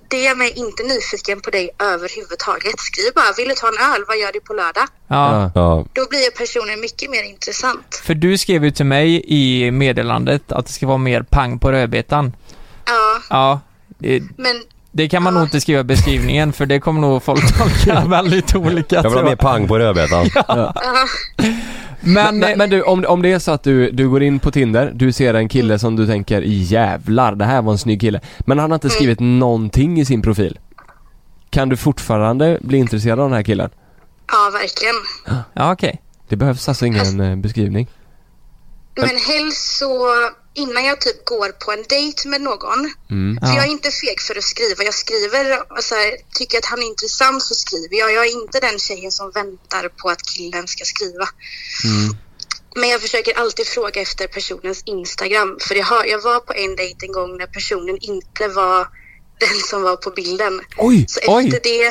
Speaker 7: det gör mig inte nyfiken på dig överhuvudtaget. Skriv bara, vill du ta en öl? Vad gör du på lördag?
Speaker 3: Ja.
Speaker 7: Då blir ju personen mycket mer intressant.
Speaker 3: För du skrev ju till mig i meddelandet att det ska vara mer pang på rödbetan.
Speaker 7: Ja.
Speaker 3: Ja. Det,
Speaker 7: Men
Speaker 3: det kan man nog inte skriva i beskrivningen för det kommer nog folk tolka väldigt olika.
Speaker 1: Jag vill
Speaker 3: tror
Speaker 1: ha mer pang på alltså. rödbetan.
Speaker 2: Ja. Men, men, men du, om, om det är så att du, du går in på Tinder, du ser en kille som du tänker jävlar, det här var en snygg kille. Men han har inte skrivit någonting i sin profil. Kan du fortfarande bli intresserad av den här killen?
Speaker 7: Ja, verkligen.
Speaker 3: Ja, okej.
Speaker 2: Det behövs alltså ingen eh, beskrivning.
Speaker 7: Men helst så innan jag typ går på en dejt med någon.
Speaker 2: Mm.
Speaker 7: För jag är inte feg för att skriva. Jag skriver, alltså, tycker jag att han är intressant så skriver jag. Jag är inte den tjejen som väntar på att killen ska skriva. Men jag försöker alltid fråga efter personens Instagram. För jag, har, jag var på en dejt en gång när personen inte var den som var på bilden.
Speaker 2: Oj,
Speaker 7: så
Speaker 2: oj.
Speaker 7: efter det,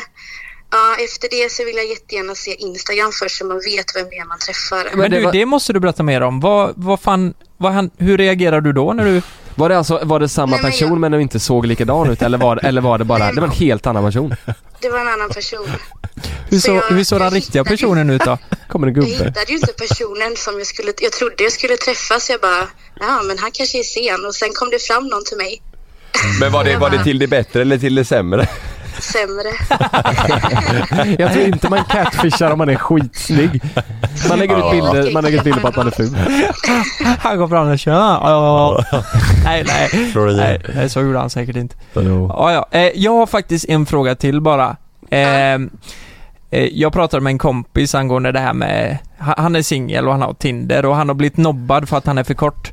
Speaker 7: ja, efter det så vill jag jättegärna se Instagram först så man vet vem det är man träffar.
Speaker 3: Men du, det måste du berätta mer om. Vad, vad fan, vad han, hur reagerar du då när du...
Speaker 2: Var det alltså, var det samma
Speaker 7: Nej, men jag-
Speaker 2: person men de inte såg likadan ut eller var, eller var det bara, det var en helt annan person?
Speaker 7: det var en annan person.
Speaker 3: Hur, så,
Speaker 7: jag-
Speaker 3: hur såg den riktiga personen ut då?
Speaker 2: Kommer en
Speaker 7: Jag hittade ju inte personen som jag skulle, jag trodde jag skulle träffa så jag bara, ja men han kanske är sen och sen kom det fram någon till mig
Speaker 1: Men var det, var det till det bättre eller till det sämre?
Speaker 7: sämre.
Speaker 2: Jag tror inte man catfishar om man är skitsnygg. Man lägger ut bilder, man lägger ut bilder på att man är ful.
Speaker 3: Han går fram och kör. Ja, ja, ja. Nej, nej.
Speaker 1: Slår igen.
Speaker 3: nej. Nej, så gjorde han säkert inte.
Speaker 1: Jo.
Speaker 3: Ja, ja. Eh, Jag har faktiskt en fråga till bara. Eh, eh, Jag pratade med en kompis angående det här med, ha- han är singel och han har Tinder och han har blivit nobbad för att han är för kort.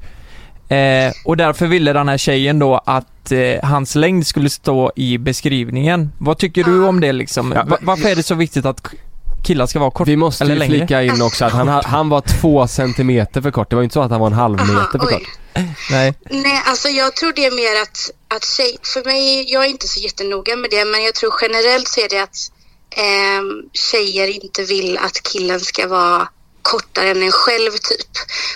Speaker 3: Eh, och därför ville den här tjejen då att eh, hans längd skulle stå i beskrivningen. Vad tycker du om det liksom? Va- varför är det så viktigt att k- killar ska vara korta
Speaker 2: Vi måste
Speaker 3: eller
Speaker 2: ju
Speaker 3: längre?
Speaker 2: flika in också att han, ha- han var två centimeter för kort. Det var ju inte så att han var en halv meter för kort.
Speaker 3: Nej.
Speaker 7: Nej, alltså jag tror det är mer att, att tjej, för mig, jag är inte så jättenoga med det, men jag tror generellt så är det att ehm, tjejer inte vill att killen ska vara kortare än en själv typ.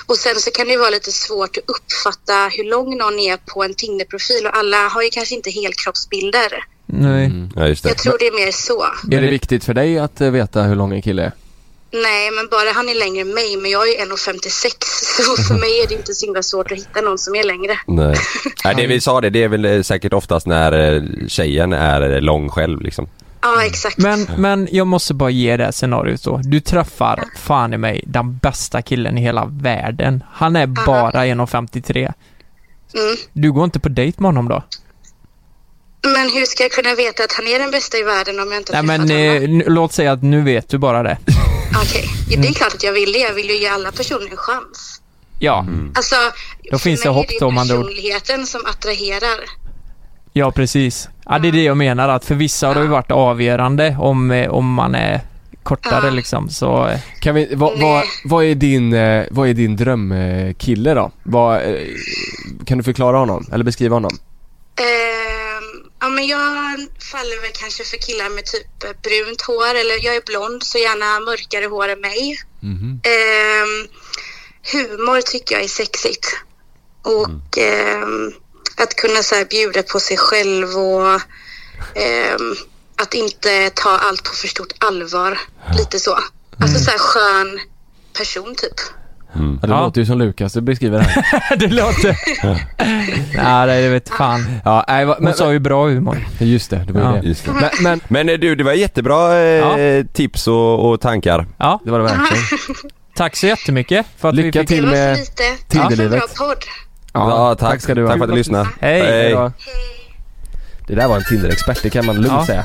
Speaker 7: Och sen så kan det ju vara lite svårt att uppfatta hur lång någon är på en Tinder-profil och alla har ju kanske inte helkroppsbilder.
Speaker 3: Nej.
Speaker 1: Ja, just det.
Speaker 7: Jag tror det är mer så.
Speaker 2: Är det viktigt för dig att eh, veta hur lång en kille är?
Speaker 7: Nej, men bara han är längre än mig, men jag är ju 1,56 så för mig är det inte så himla svårt att hitta någon som är längre.
Speaker 1: Nej. Nej, det vi sa det, det är väl eh, säkert oftast när eh, tjejen är eh, lång själv liksom.
Speaker 7: Ja, exakt.
Speaker 3: Men, men jag måste bara ge det här scenariot då. Du träffar, fan i mig, den bästa killen i hela världen. Han är bara 1,53.
Speaker 7: Mm.
Speaker 3: Du går inte på dejt med honom då?
Speaker 7: Men hur ska jag kunna veta att han är den bästa i världen om jag inte
Speaker 3: Nej
Speaker 7: har träffat
Speaker 3: men eh, nu- låt säga att nu vet du bara det.
Speaker 7: honom? Okej, Ja, det är klart att jag vill det. Jag vill ju ge alla personer en chans.
Speaker 3: Ja.
Speaker 7: Alltså,
Speaker 1: Mm.
Speaker 3: Då finns
Speaker 7: för
Speaker 3: det
Speaker 7: mig
Speaker 3: hopp
Speaker 7: är
Speaker 3: då,
Speaker 7: ju
Speaker 3: med andra ord.
Speaker 7: personligheten som attraherar.
Speaker 3: Ja, precis. Ja, det är det jag menar att för vissa har det ju varit avgörande om, eh, om man är kortare liksom så... eh,
Speaker 2: Kan vi, vad, vad, vad är din, eh, vad är din drömkille då? Vad, eh, kan du förklara honom? Eller beskriva honom?
Speaker 7: Ehm, ja, men jag faller väl kanske för killar med typ brunt hår eller jag är blond så gärna mörkare hår än mig. Ehm, humor tycker jag är sexigt. Och ehm, att kunna så här, bjuda på sig själv och ehm, att inte ta allt på för stort allvar. Lite så. Alltså så här skön person typ.
Speaker 2: Ja, det låter ju som Lukas du beskriver det här.
Speaker 3: det låter... Nej, det vet fan.
Speaker 2: Ja, nej, va,
Speaker 3: Hon sa ju bra humor.
Speaker 2: Just det, det var ju det.
Speaker 1: Just det.
Speaker 2: Men, men,
Speaker 1: Men eh, du, det var jättebra eh, tips och, och tankar.
Speaker 3: Ja,
Speaker 2: det var det verkligen.
Speaker 3: Tack så jättinget för att vi
Speaker 2: Lycka
Speaker 3: fick...
Speaker 2: till
Speaker 7: Det var
Speaker 2: med
Speaker 7: så lite. Tack för en
Speaker 2: Tinderlivet.
Speaker 7: bra podd.
Speaker 1: Ja, tack.
Speaker 2: ska du ha.
Speaker 1: Tack för att du lyssnade.
Speaker 2: Hej.
Speaker 1: Hej.
Speaker 2: Hej då. Det där var en Tinder-expert, det kan man lugnt
Speaker 3: Ja.
Speaker 2: säga.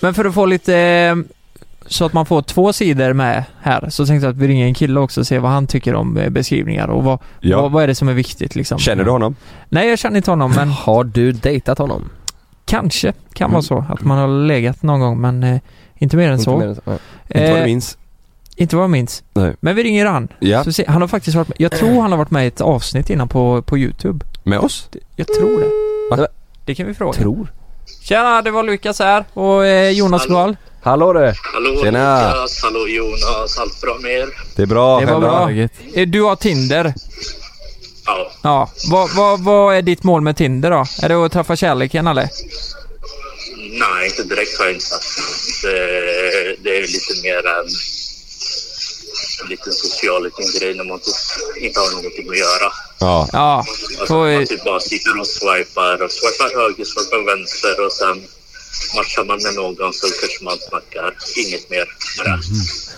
Speaker 3: Men för att få lite, eh, så att man får två sidor med här, så tänkte jag att vi ringer en kille också och ser vad han tycker om eh, beskrivningar och vad,
Speaker 1: Ja.
Speaker 3: vad, vad är det som är viktigt liksom.
Speaker 1: Känner du honom?
Speaker 3: Nej, jag känner inte honom men...
Speaker 2: Har du dejtat honom?
Speaker 3: Kanske, kan
Speaker 1: Mm.
Speaker 3: vara så att man har legat någon gång men eh, inte mer än
Speaker 2: Inte
Speaker 3: så.
Speaker 2: mer än så, nej.
Speaker 1: Inte vad du
Speaker 3: Eh,
Speaker 1: minns?
Speaker 3: Inte vad jag minns.
Speaker 1: Nej.
Speaker 3: Men vi ringer han.
Speaker 1: Ja.
Speaker 3: Så se, han har faktiskt varit med, jag tror han har varit med i ett avsnitt innan på, på Youtube.
Speaker 1: Med oss?
Speaker 3: Jag tror det.
Speaker 1: Va?
Speaker 3: Det kan vi fråga.
Speaker 2: Tror?
Speaker 3: Tjena, det var Lukas här och eh, Jonas Gahl.
Speaker 2: Hallå du!
Speaker 10: Hallå
Speaker 1: Tjena.
Speaker 10: Lukas, hallå Jonas, allt bra med er?
Speaker 1: Det är bra,
Speaker 3: Det var
Speaker 1: själva.
Speaker 3: bra. Eh, Du har Tinder?
Speaker 10: Ja.
Speaker 3: Ja. Vad, vad, vad är ditt mål med Tinder då? Är det att träffa kärleken eller?
Speaker 10: Nej, inte direkt har jag inte sagt. Det, det är ju lite mer en, en liten social liten grej när man inte- inte har någonting att göra.
Speaker 1: Ja.
Speaker 3: Ja. eh,
Speaker 10: Alltså, man typ bara sitter och swipar, och swipar höger, swipar vänster och sen matchar man med någon så kanske man snackar. Inget mer med det.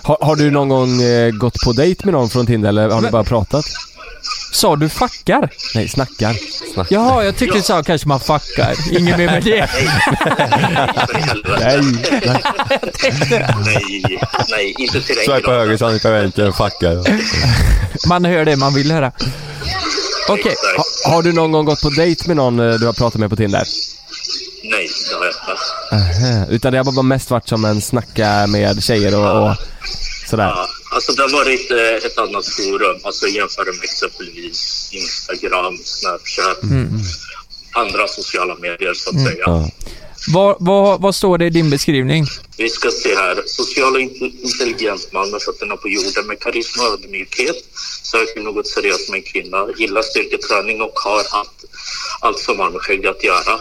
Speaker 2: Har, har du någon gång eh, gått på dejt med någon från Tinder eller har ni bara pratat?
Speaker 3: Sa du fuckar?
Speaker 2: Nej, snackar.
Speaker 3: Jaha, jag tyckte du sa kanske man fuckar. Inget mer med det.
Speaker 2: Nej. nej.
Speaker 10: Nej, nej, inte till den
Speaker 1: Swipa
Speaker 10: graden.
Speaker 1: höger, swipa vänster, fuckar.
Speaker 3: Man hör det man vill höra. Okej.
Speaker 2: Ha, har du någon gång gått på dejt med någon eh, du har pratat med på Tinder?
Speaker 10: Nej, det har jag inte.
Speaker 2: Aha. Utan det har bara mest varit som en snacka med tjejer och, och sådär.
Speaker 10: Ja, alltså det har varit eh, ett annat forum. Alltså jämför med exempelvis Instagram, Snapchat,
Speaker 3: Mm.
Speaker 10: andra sociala medier så att
Speaker 3: Mm.
Speaker 10: säga.
Speaker 3: Vad, vad, vad står det i din beskrivning?
Speaker 10: Vi ska se här. Social och inte- intelligens man med fötterna på jorden med karisma och ödmjukhet. Söker något seriöst med en kvinna. Gillar styrketräning och har allt, allt som har med skägg att göra.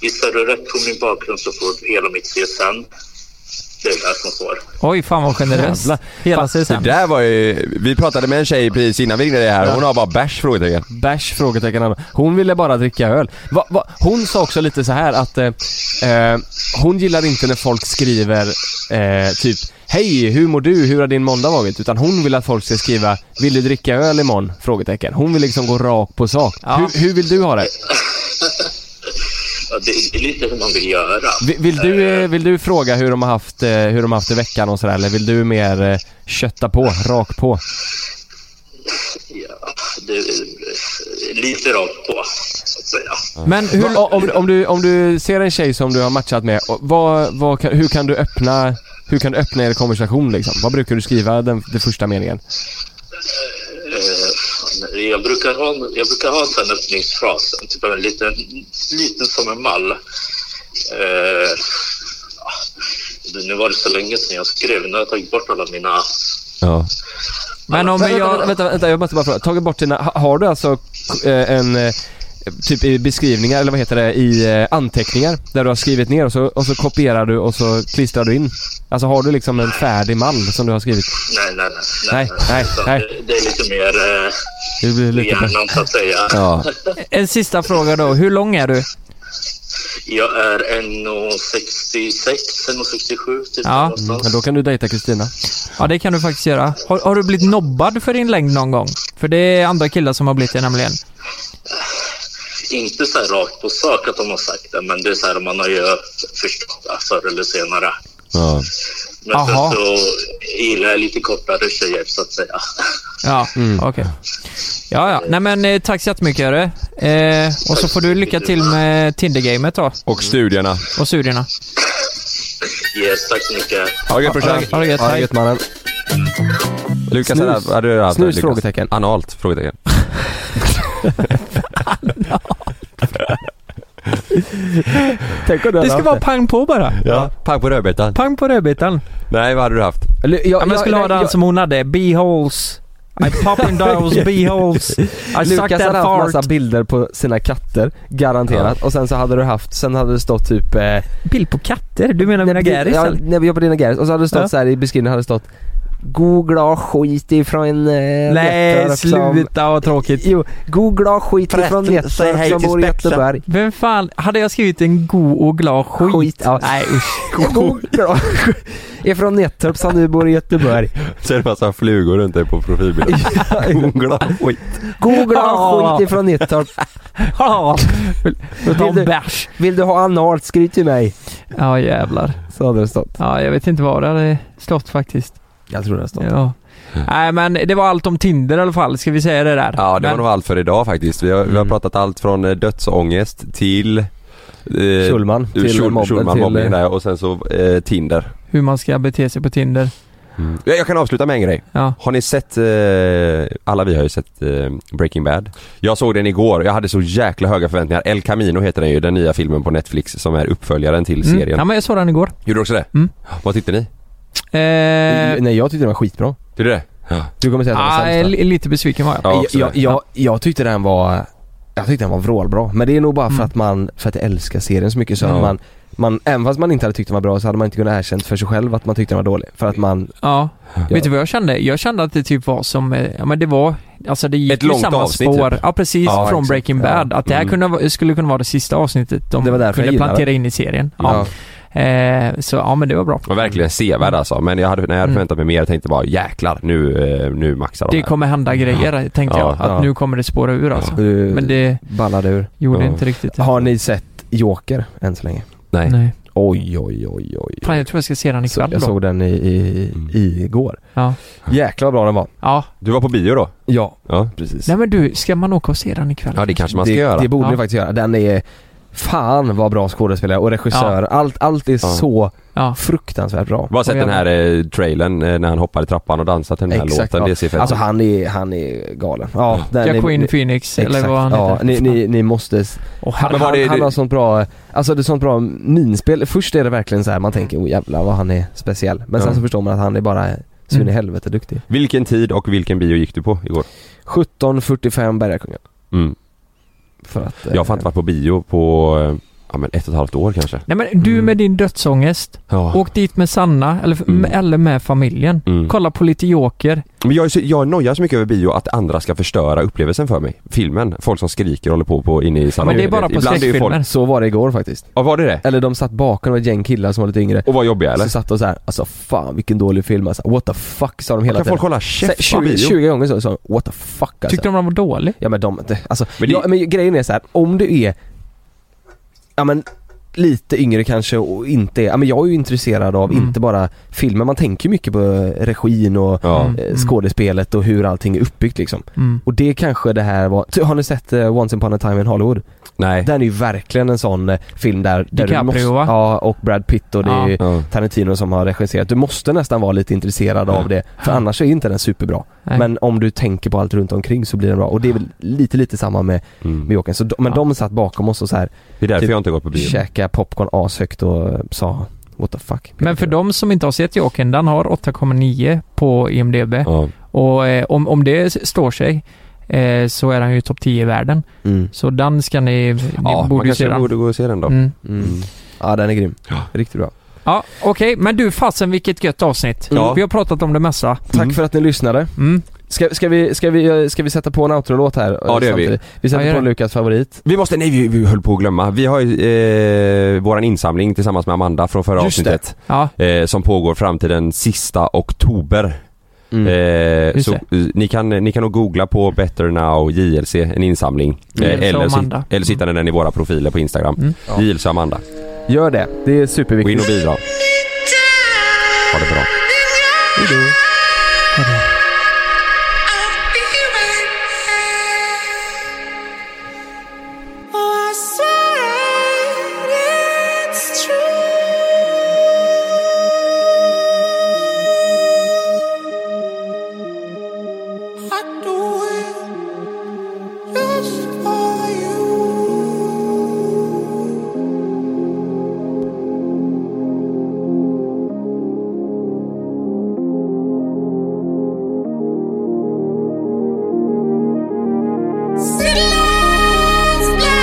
Speaker 10: Gissar du rätt på min bakgrund så får du hela mitt CSN. Det är det som står.
Speaker 3: Oj, fan vad generös.
Speaker 1: Jävlar.
Speaker 3: Hela
Speaker 1: Fan,
Speaker 3: CSN.
Speaker 1: Det där var ju, vi pratade med en tjej precis innan vi ringde dig här, hon har bara bärs frågetecken.
Speaker 2: Bärs? Frågetecken. Anna. Hon ville bara dricka öl. Va, va, hon sa också lite så här att eh, eh, hon gillar inte när folk skriver eh, typ Hej, hur mår du? Hur har din måndag varit? Utan hon vill att folk ska skriva Vill du dricka öl imorgon? Frågetecken. Hon vill liksom gå rakt på sak. Hur, hur vill du ha det?
Speaker 10: Ja, det är lite hur man vill göra.
Speaker 2: Vi- Vill du, eh, vill du fråga hur de har haft, eh, hur de har haft i veckan och sådär? Eller vill du mer eh, kötta på, rakt på?
Speaker 10: Ja, det är lite rakt på, så att säga.
Speaker 2: Men hur... om, om, du, om du ser en tjej som du har matchat med, och vad, vad, kan- hur kan du öppna hur kan du öppna er konversation liksom? Vad brukar du skriva den, den första meningen?
Speaker 10: Eh, Jag brukar ha, jag brukar ha en sån här öppningsfras, typ en liten, liten som en mall. Eh, ja, nu var det så länge sedan jag skrev, nu har jag tagit bort alla mina...
Speaker 1: Ja.
Speaker 2: Men om vänta, jag... Vänta, vänta, jag måste bara fråga. Tagit bort dina... ha- Har du alltså eh, en... eh, Typ i beskrivningar, eller vad heter det, i eh, anteckningar där du har skrivit ner och så, och så kopierar du och så klistrar du in. Alltså har du liksom en färdig mall som du har skrivit?
Speaker 10: Nej, nej, nej.
Speaker 2: Nej, nej,
Speaker 10: Utan
Speaker 2: nej.
Speaker 10: Det, det är lite mer eh,
Speaker 2: Det blir lite...
Speaker 10: hjärnan, så att säga.
Speaker 3: En sista fråga då. Hur lång är du?
Speaker 10: Jag är 1,66, 1,67 typ.
Speaker 3: Ja.
Speaker 2: Men då kan du dejta Kristina.
Speaker 3: Ja, det kan du faktiskt göra. Har, har du blivit nobbad för din längd någon gång? För det är andra killar som har blivit det nämligen.
Speaker 10: Inte så här rakt på sak att de har sagt det, men det är så här man har ju förstått det förr eller senare.
Speaker 1: Ja.
Speaker 10: Men
Speaker 3: Aha.
Speaker 10: sen så gillar jag lite kortare tjejer så att säga.
Speaker 3: Ja, okej. Ja, ja. Nej men eh, tack så jättemycket hörru. Eh, och så får du lycka till med Tinder-gamet då.
Speaker 1: Och studierna.
Speaker 3: Och studierna.
Speaker 10: Yes, tack så mycket.
Speaker 1: Ha det gött brorsan.
Speaker 3: Ha det gött, hej.
Speaker 2: mannen.
Speaker 1: Lukas,
Speaker 2: Snus.
Speaker 1: hade- hade du haft
Speaker 2: Snus?
Speaker 1: Lukas?
Speaker 2: Frågetecken.
Speaker 1: Analt? Frågetecken.
Speaker 2: Tänk om
Speaker 3: Det ska vara pang på bara.
Speaker 1: Ja, pang på rödbetan.
Speaker 3: Pang på rödbetan.
Speaker 1: Nej, vad hade du haft?
Speaker 2: Eller,
Speaker 3: Ja, men jag skulle ha den som hon hade. B-holes. I pop in those b-holes. I suck
Speaker 2: Lukas
Speaker 3: that
Speaker 2: hade haft massa
Speaker 3: fart.
Speaker 2: bilder på sina katter, garanterat. Och sen så hade du haft, sen hade det stått typ... Eh,
Speaker 3: Bild på katter? Du menar mina gäris?
Speaker 2: Ja,
Speaker 3: eller?
Speaker 2: nej, jag på dina gäris. Och så hade det stått
Speaker 3: Ja.
Speaker 2: så här i beskrivningen, hade det stått God glad skit ifrån eh,
Speaker 3: Nej,
Speaker 2: Vetorp som-
Speaker 3: sluta vad tråkigt.
Speaker 2: Jo, god glad skit ifrån Vetorp som bor i Göteborg.
Speaker 3: Vem fan, hade jag skrivit en god och glad skit? Nej usch.
Speaker 2: God glad ifrån Nettorp som nu bor i Göteborg.
Speaker 1: Så är det massa flugor runt dig på profilbilden. Googla skit.
Speaker 2: God glad
Speaker 3: Ja.
Speaker 2: skit ifrån Nettorp.
Speaker 3: Ja,
Speaker 2: Vill
Speaker 3: de
Speaker 2: du,
Speaker 3: bärs.
Speaker 2: vill du ha analt, skriv till mig.
Speaker 3: Ja jävlar.
Speaker 2: Så hade det stått.
Speaker 3: Ja, jag vet inte vad det hade stått faktiskt.
Speaker 2: Jag tror det hade stått.
Speaker 3: Ja. Nej men det var allt om Tinder i alla fall, ska vi säga det där?
Speaker 1: Ja, det
Speaker 3: men,
Speaker 1: var nog allt för idag faktiskt. Vi har, vi har pratat allt från eh, dödsångest till eh,
Speaker 2: Eh, Schulman,
Speaker 1: Schul-
Speaker 2: till mobben,
Speaker 1: Schulman,
Speaker 2: till-
Speaker 1: mobbning där och sen så eh, Tinder.
Speaker 3: Hur man ska bete sig på Tinder.
Speaker 1: Ja, Mm. Jag kan avsluta med en grej.
Speaker 3: Ja.
Speaker 1: Har ni sett, eh, alla vi har ju sett eh, Breaking Bad. Jag såg den igår, jag hade så jäkla höga förväntningar. El Camino heter den ju, den nya filmen på Netflix som är uppföljaren till
Speaker 3: Mm.
Speaker 1: serien.
Speaker 3: Ja men jag såg den igår.
Speaker 1: Gjorde du också det? Vad tyckte ni?
Speaker 3: Eh,
Speaker 2: Nej, jag tyckte den var skitbra.
Speaker 1: Tyckte du det? Ja.
Speaker 2: Du kommer säga att den var
Speaker 3: ah,
Speaker 2: sämst. va?
Speaker 3: li- lite besviken var jag.
Speaker 2: jag, jag, jag, jag tyckte den var Jag tyckte den var vrålbra. Men det är nog bara för att man, för att jag älskar serien så mycket så
Speaker 3: Ja.
Speaker 2: att man, man, även fast man inte hade tyckt den var bra så hade man inte kunnat erkänt för sig själv att man tyckte den var dålig. För att man,
Speaker 3: Ja. Vet du vad jag kände? Jag kände att det typ var som, eh, ja men det var, alltså det gick
Speaker 1: Ett
Speaker 3: ju
Speaker 1: långt
Speaker 3: samma
Speaker 1: avsnitt,
Speaker 3: spår.
Speaker 1: typ.
Speaker 3: Ja precis,
Speaker 1: Ja,
Speaker 3: från
Speaker 1: exakt.
Speaker 3: Breaking Bad.
Speaker 1: Ja.
Speaker 3: Att det här
Speaker 1: Mm.
Speaker 3: kunde, vara- skulle kunna vara det sista avsnittet de
Speaker 2: Det var därför jag
Speaker 3: kunde
Speaker 2: gillade
Speaker 3: plantera
Speaker 2: det.
Speaker 3: in i serien. Ja. Eh, så ja men det var bra.
Speaker 1: Var verkligen sevärd alltså, men jag hade, när jag hade
Speaker 3: Mm.
Speaker 1: förväntat mig mer jag tänkte bara jäklar nu, eh, nu maxar de
Speaker 3: Det
Speaker 1: här.
Speaker 3: kommer hända grejer tänkte
Speaker 1: Mm. Ja.
Speaker 3: jag. Att
Speaker 1: Ja.
Speaker 3: nu kommer det spåra ur alltså.
Speaker 2: du
Speaker 3: Men det
Speaker 2: ballade ur.
Speaker 3: gjorde
Speaker 1: Ja.
Speaker 3: inte riktigt det.
Speaker 2: Har ni sett Joker än så länge?
Speaker 1: Nej.
Speaker 3: Nej.
Speaker 2: Oj, oj, oj, oj.
Speaker 3: Fan jag tror jag ska se den
Speaker 2: Så,
Speaker 3: ikväll
Speaker 2: jag
Speaker 3: då.
Speaker 2: såg den i, i, i igår.
Speaker 3: Ja.
Speaker 2: Jäklar vad bra den var.
Speaker 3: ja.
Speaker 1: Du var på bio då?
Speaker 2: Ja,
Speaker 1: Ja.
Speaker 2: precis.
Speaker 3: Nej men du, ska man åka och se den ikväll?
Speaker 1: Ja det kanske man ska
Speaker 2: det,
Speaker 1: göra.
Speaker 2: det borde
Speaker 3: Ja.
Speaker 2: ni faktiskt göra. Den är, fan vad bra skådespelare och regissör. Allt, allt är så
Speaker 3: Ja.
Speaker 2: fruktansvärt bra.
Speaker 1: Bara sett
Speaker 3: Och jag-
Speaker 1: den här eh, trailern eh, när han hoppar i trappan och dansar till den här låten, det ser fett
Speaker 2: Alltså han är, han är galen. Ja, den- ni-
Speaker 3: Jacqueline
Speaker 2: ni-
Speaker 3: Phoenix,
Speaker 2: Exakt.
Speaker 3: eller vad han
Speaker 2: ja,
Speaker 3: heter.
Speaker 2: ni, ni, ni måste...
Speaker 3: Och
Speaker 2: Han,
Speaker 1: Men var det-
Speaker 2: han, han
Speaker 1: det-
Speaker 2: har sånt bra, alltså det är sånt bra minspel. Först är det verkligen så här, man tänker oh jävlar vad han är speciell. Men sen
Speaker 1: Ja.
Speaker 2: så förstår man att han är bara så in i
Speaker 3: Mm.
Speaker 2: helvete duktig.
Speaker 1: Vilken tid och vilken bio gick du på igår?
Speaker 2: 17.45 Bergakungen.
Speaker 1: Mm.
Speaker 2: För att...
Speaker 1: Jag har fan inte varit på bio på, eh, ja men ett och ett halvt år kanske.
Speaker 3: Nej men
Speaker 1: Mm.
Speaker 3: du med din dödsångest.
Speaker 1: Ja.
Speaker 3: Åk dit med Sanna eller, eller med familjen.
Speaker 1: Mm.
Speaker 3: Kolla på lite Joker.
Speaker 1: Men jag, är så- jag nojar så mycket över bio att andra ska förstöra upplevelsen för mig. Filmen. Folk som skriker och håller på, på inne i salongen.
Speaker 3: Men det är bara på
Speaker 1: Ibland ju folk-
Speaker 2: Så var det igår faktiskt.
Speaker 1: Ja var det det?
Speaker 2: Eller de satt bakom, det var ett gäng killar som var lite yngre.
Speaker 1: Och var jobbiga eller?
Speaker 2: Så satt de så här, alltså fan vilken dålig film alltså. What the fuck sa de hela
Speaker 1: Kan
Speaker 2: tiden.
Speaker 1: folk hålla käft
Speaker 2: Så-
Speaker 1: på
Speaker 2: 20,
Speaker 1: bio?
Speaker 2: 20 gånger så sa de, what the fuck alltså.
Speaker 3: Tyckte de den var dålig?
Speaker 2: Ja men de, det- alltså,
Speaker 1: Men
Speaker 2: men,
Speaker 1: det-
Speaker 2: ja, men grejen är så här, om du är, ja men lite yngre kanske och inte är, ja men jag är ju intresserad av
Speaker 1: Mm.
Speaker 2: inte bara filmen, man tänker ju mycket på regin och
Speaker 1: Mm.
Speaker 2: eh, skådespelet och hur allting är uppbyggt liksom.
Speaker 3: Mm.
Speaker 2: Och det kanske det här var, så har ni sett eh, Once upon a time in Hollywood?
Speaker 1: Nej.
Speaker 2: Den är ju verkligen en sån eh, film där, där
Speaker 3: DiCaprio, va?
Speaker 2: Ja, och Brad Pitt och det är ju
Speaker 3: Ja.
Speaker 2: Tarantino som har regisserat. Du måste nästan vara lite intresserad av det, för annars är inte den superbra.
Speaker 3: Nej.
Speaker 2: Men om du tänker på allt runt omkring så blir den bra. Och det är väl lite, lite samma med,
Speaker 3: Mm.
Speaker 2: med Jokern. Så de, men de satt bakom oss och så här.
Speaker 1: Det är därför
Speaker 3: Typ
Speaker 1: jag inte har gått på bio.
Speaker 2: Käka popcorn ashögt och eh, sa what the fuck.
Speaker 3: Men för de som inte har sett Jokern, den har 8,9 på IMDB. Och eh, om, om det s- står sig eh, så är han ju topp 10 i världen.
Speaker 2: Mm.
Speaker 3: Så den ska ni, ni
Speaker 1: Ja, man
Speaker 3: borde ju
Speaker 1: kanske
Speaker 3: se den.
Speaker 1: borde gå och se den då.
Speaker 3: Mm.
Speaker 2: Ja den är grym. Riktigt bra.
Speaker 3: Ja, okej. Men du fasen vilket gött avsnitt.
Speaker 2: Ja.
Speaker 3: Vi har pratat om det mesta.
Speaker 2: Tack för att ni lyssnade.
Speaker 3: Mm.
Speaker 2: Ska, ska, vi, ska, vi, eh, ska vi sätta på en outro-låt här? eh,
Speaker 1: Ja, det gör vi.
Speaker 2: samtidigt? Vi sätter
Speaker 1: Ja, gör
Speaker 2: på
Speaker 1: det.
Speaker 2: Lukas favorit.
Speaker 1: Vi måste, nej vi, vi höll på att glömma. Vi har ju eh, våran insamling tillsammans med Amanda från förra
Speaker 2: Just det.
Speaker 1: avsnittet.
Speaker 3: Ja.
Speaker 1: Eh, som pågår fram till den sista oktober. Eh,
Speaker 2: Mm.
Speaker 3: Just
Speaker 1: så, eh, ni, kan, ni kan nog googla på Better Now JLC, en insamling.
Speaker 2: Mm.
Speaker 1: Eh,
Speaker 2: Jilsa och
Speaker 1: eller, så,
Speaker 2: Amanda.
Speaker 1: eller så hittar ni den i våra profiler på Instagram.
Speaker 2: Mm. Ja.
Speaker 1: JLC och Amanda.
Speaker 2: Gör det. Det är
Speaker 1: Gå in
Speaker 2: superviktigt.
Speaker 1: och bidra. Ha det bra.
Speaker 11: I swear it's true. I do it just for you. Citylights blazing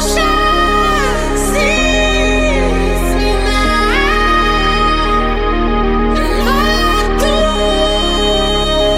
Speaker 11: Moonshine sees me now. And I do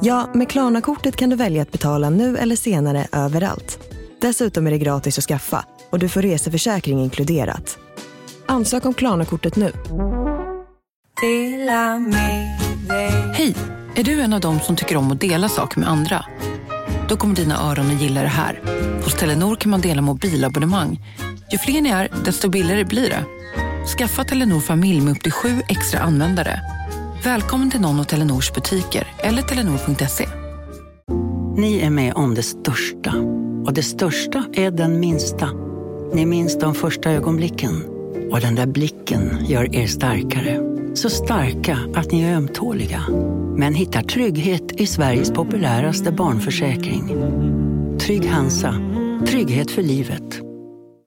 Speaker 12: Ja, med Klarna-kortet kan du välja att betala nu eller senare överallt. Dessutom är det gratis att skaffa och du får reseförsäkring inkluderat. Ansök om Klarna-kortet nu.
Speaker 13: Hej! Är du en av dem som tycker om att dela saker med andra? Då kommer dina öron att gilla det här. Hos Telenor kan man dela mobilabonnemang. Ju fler ni är, desto billigare blir det. Skaffa Telenor familj med upp till sju extra användare. Välkommen till någon av Telenors butiker eller telenor.se.
Speaker 14: Ni är med om det största. Och det största är den minsta. Ni minns de första ögonblicken. Och den där blicken gör er starkare. Så starka att ni är ömtåliga. Men hittar trygghet i Sveriges populäraste barnförsäkring. Trygg Hansa. Trygghet för livet.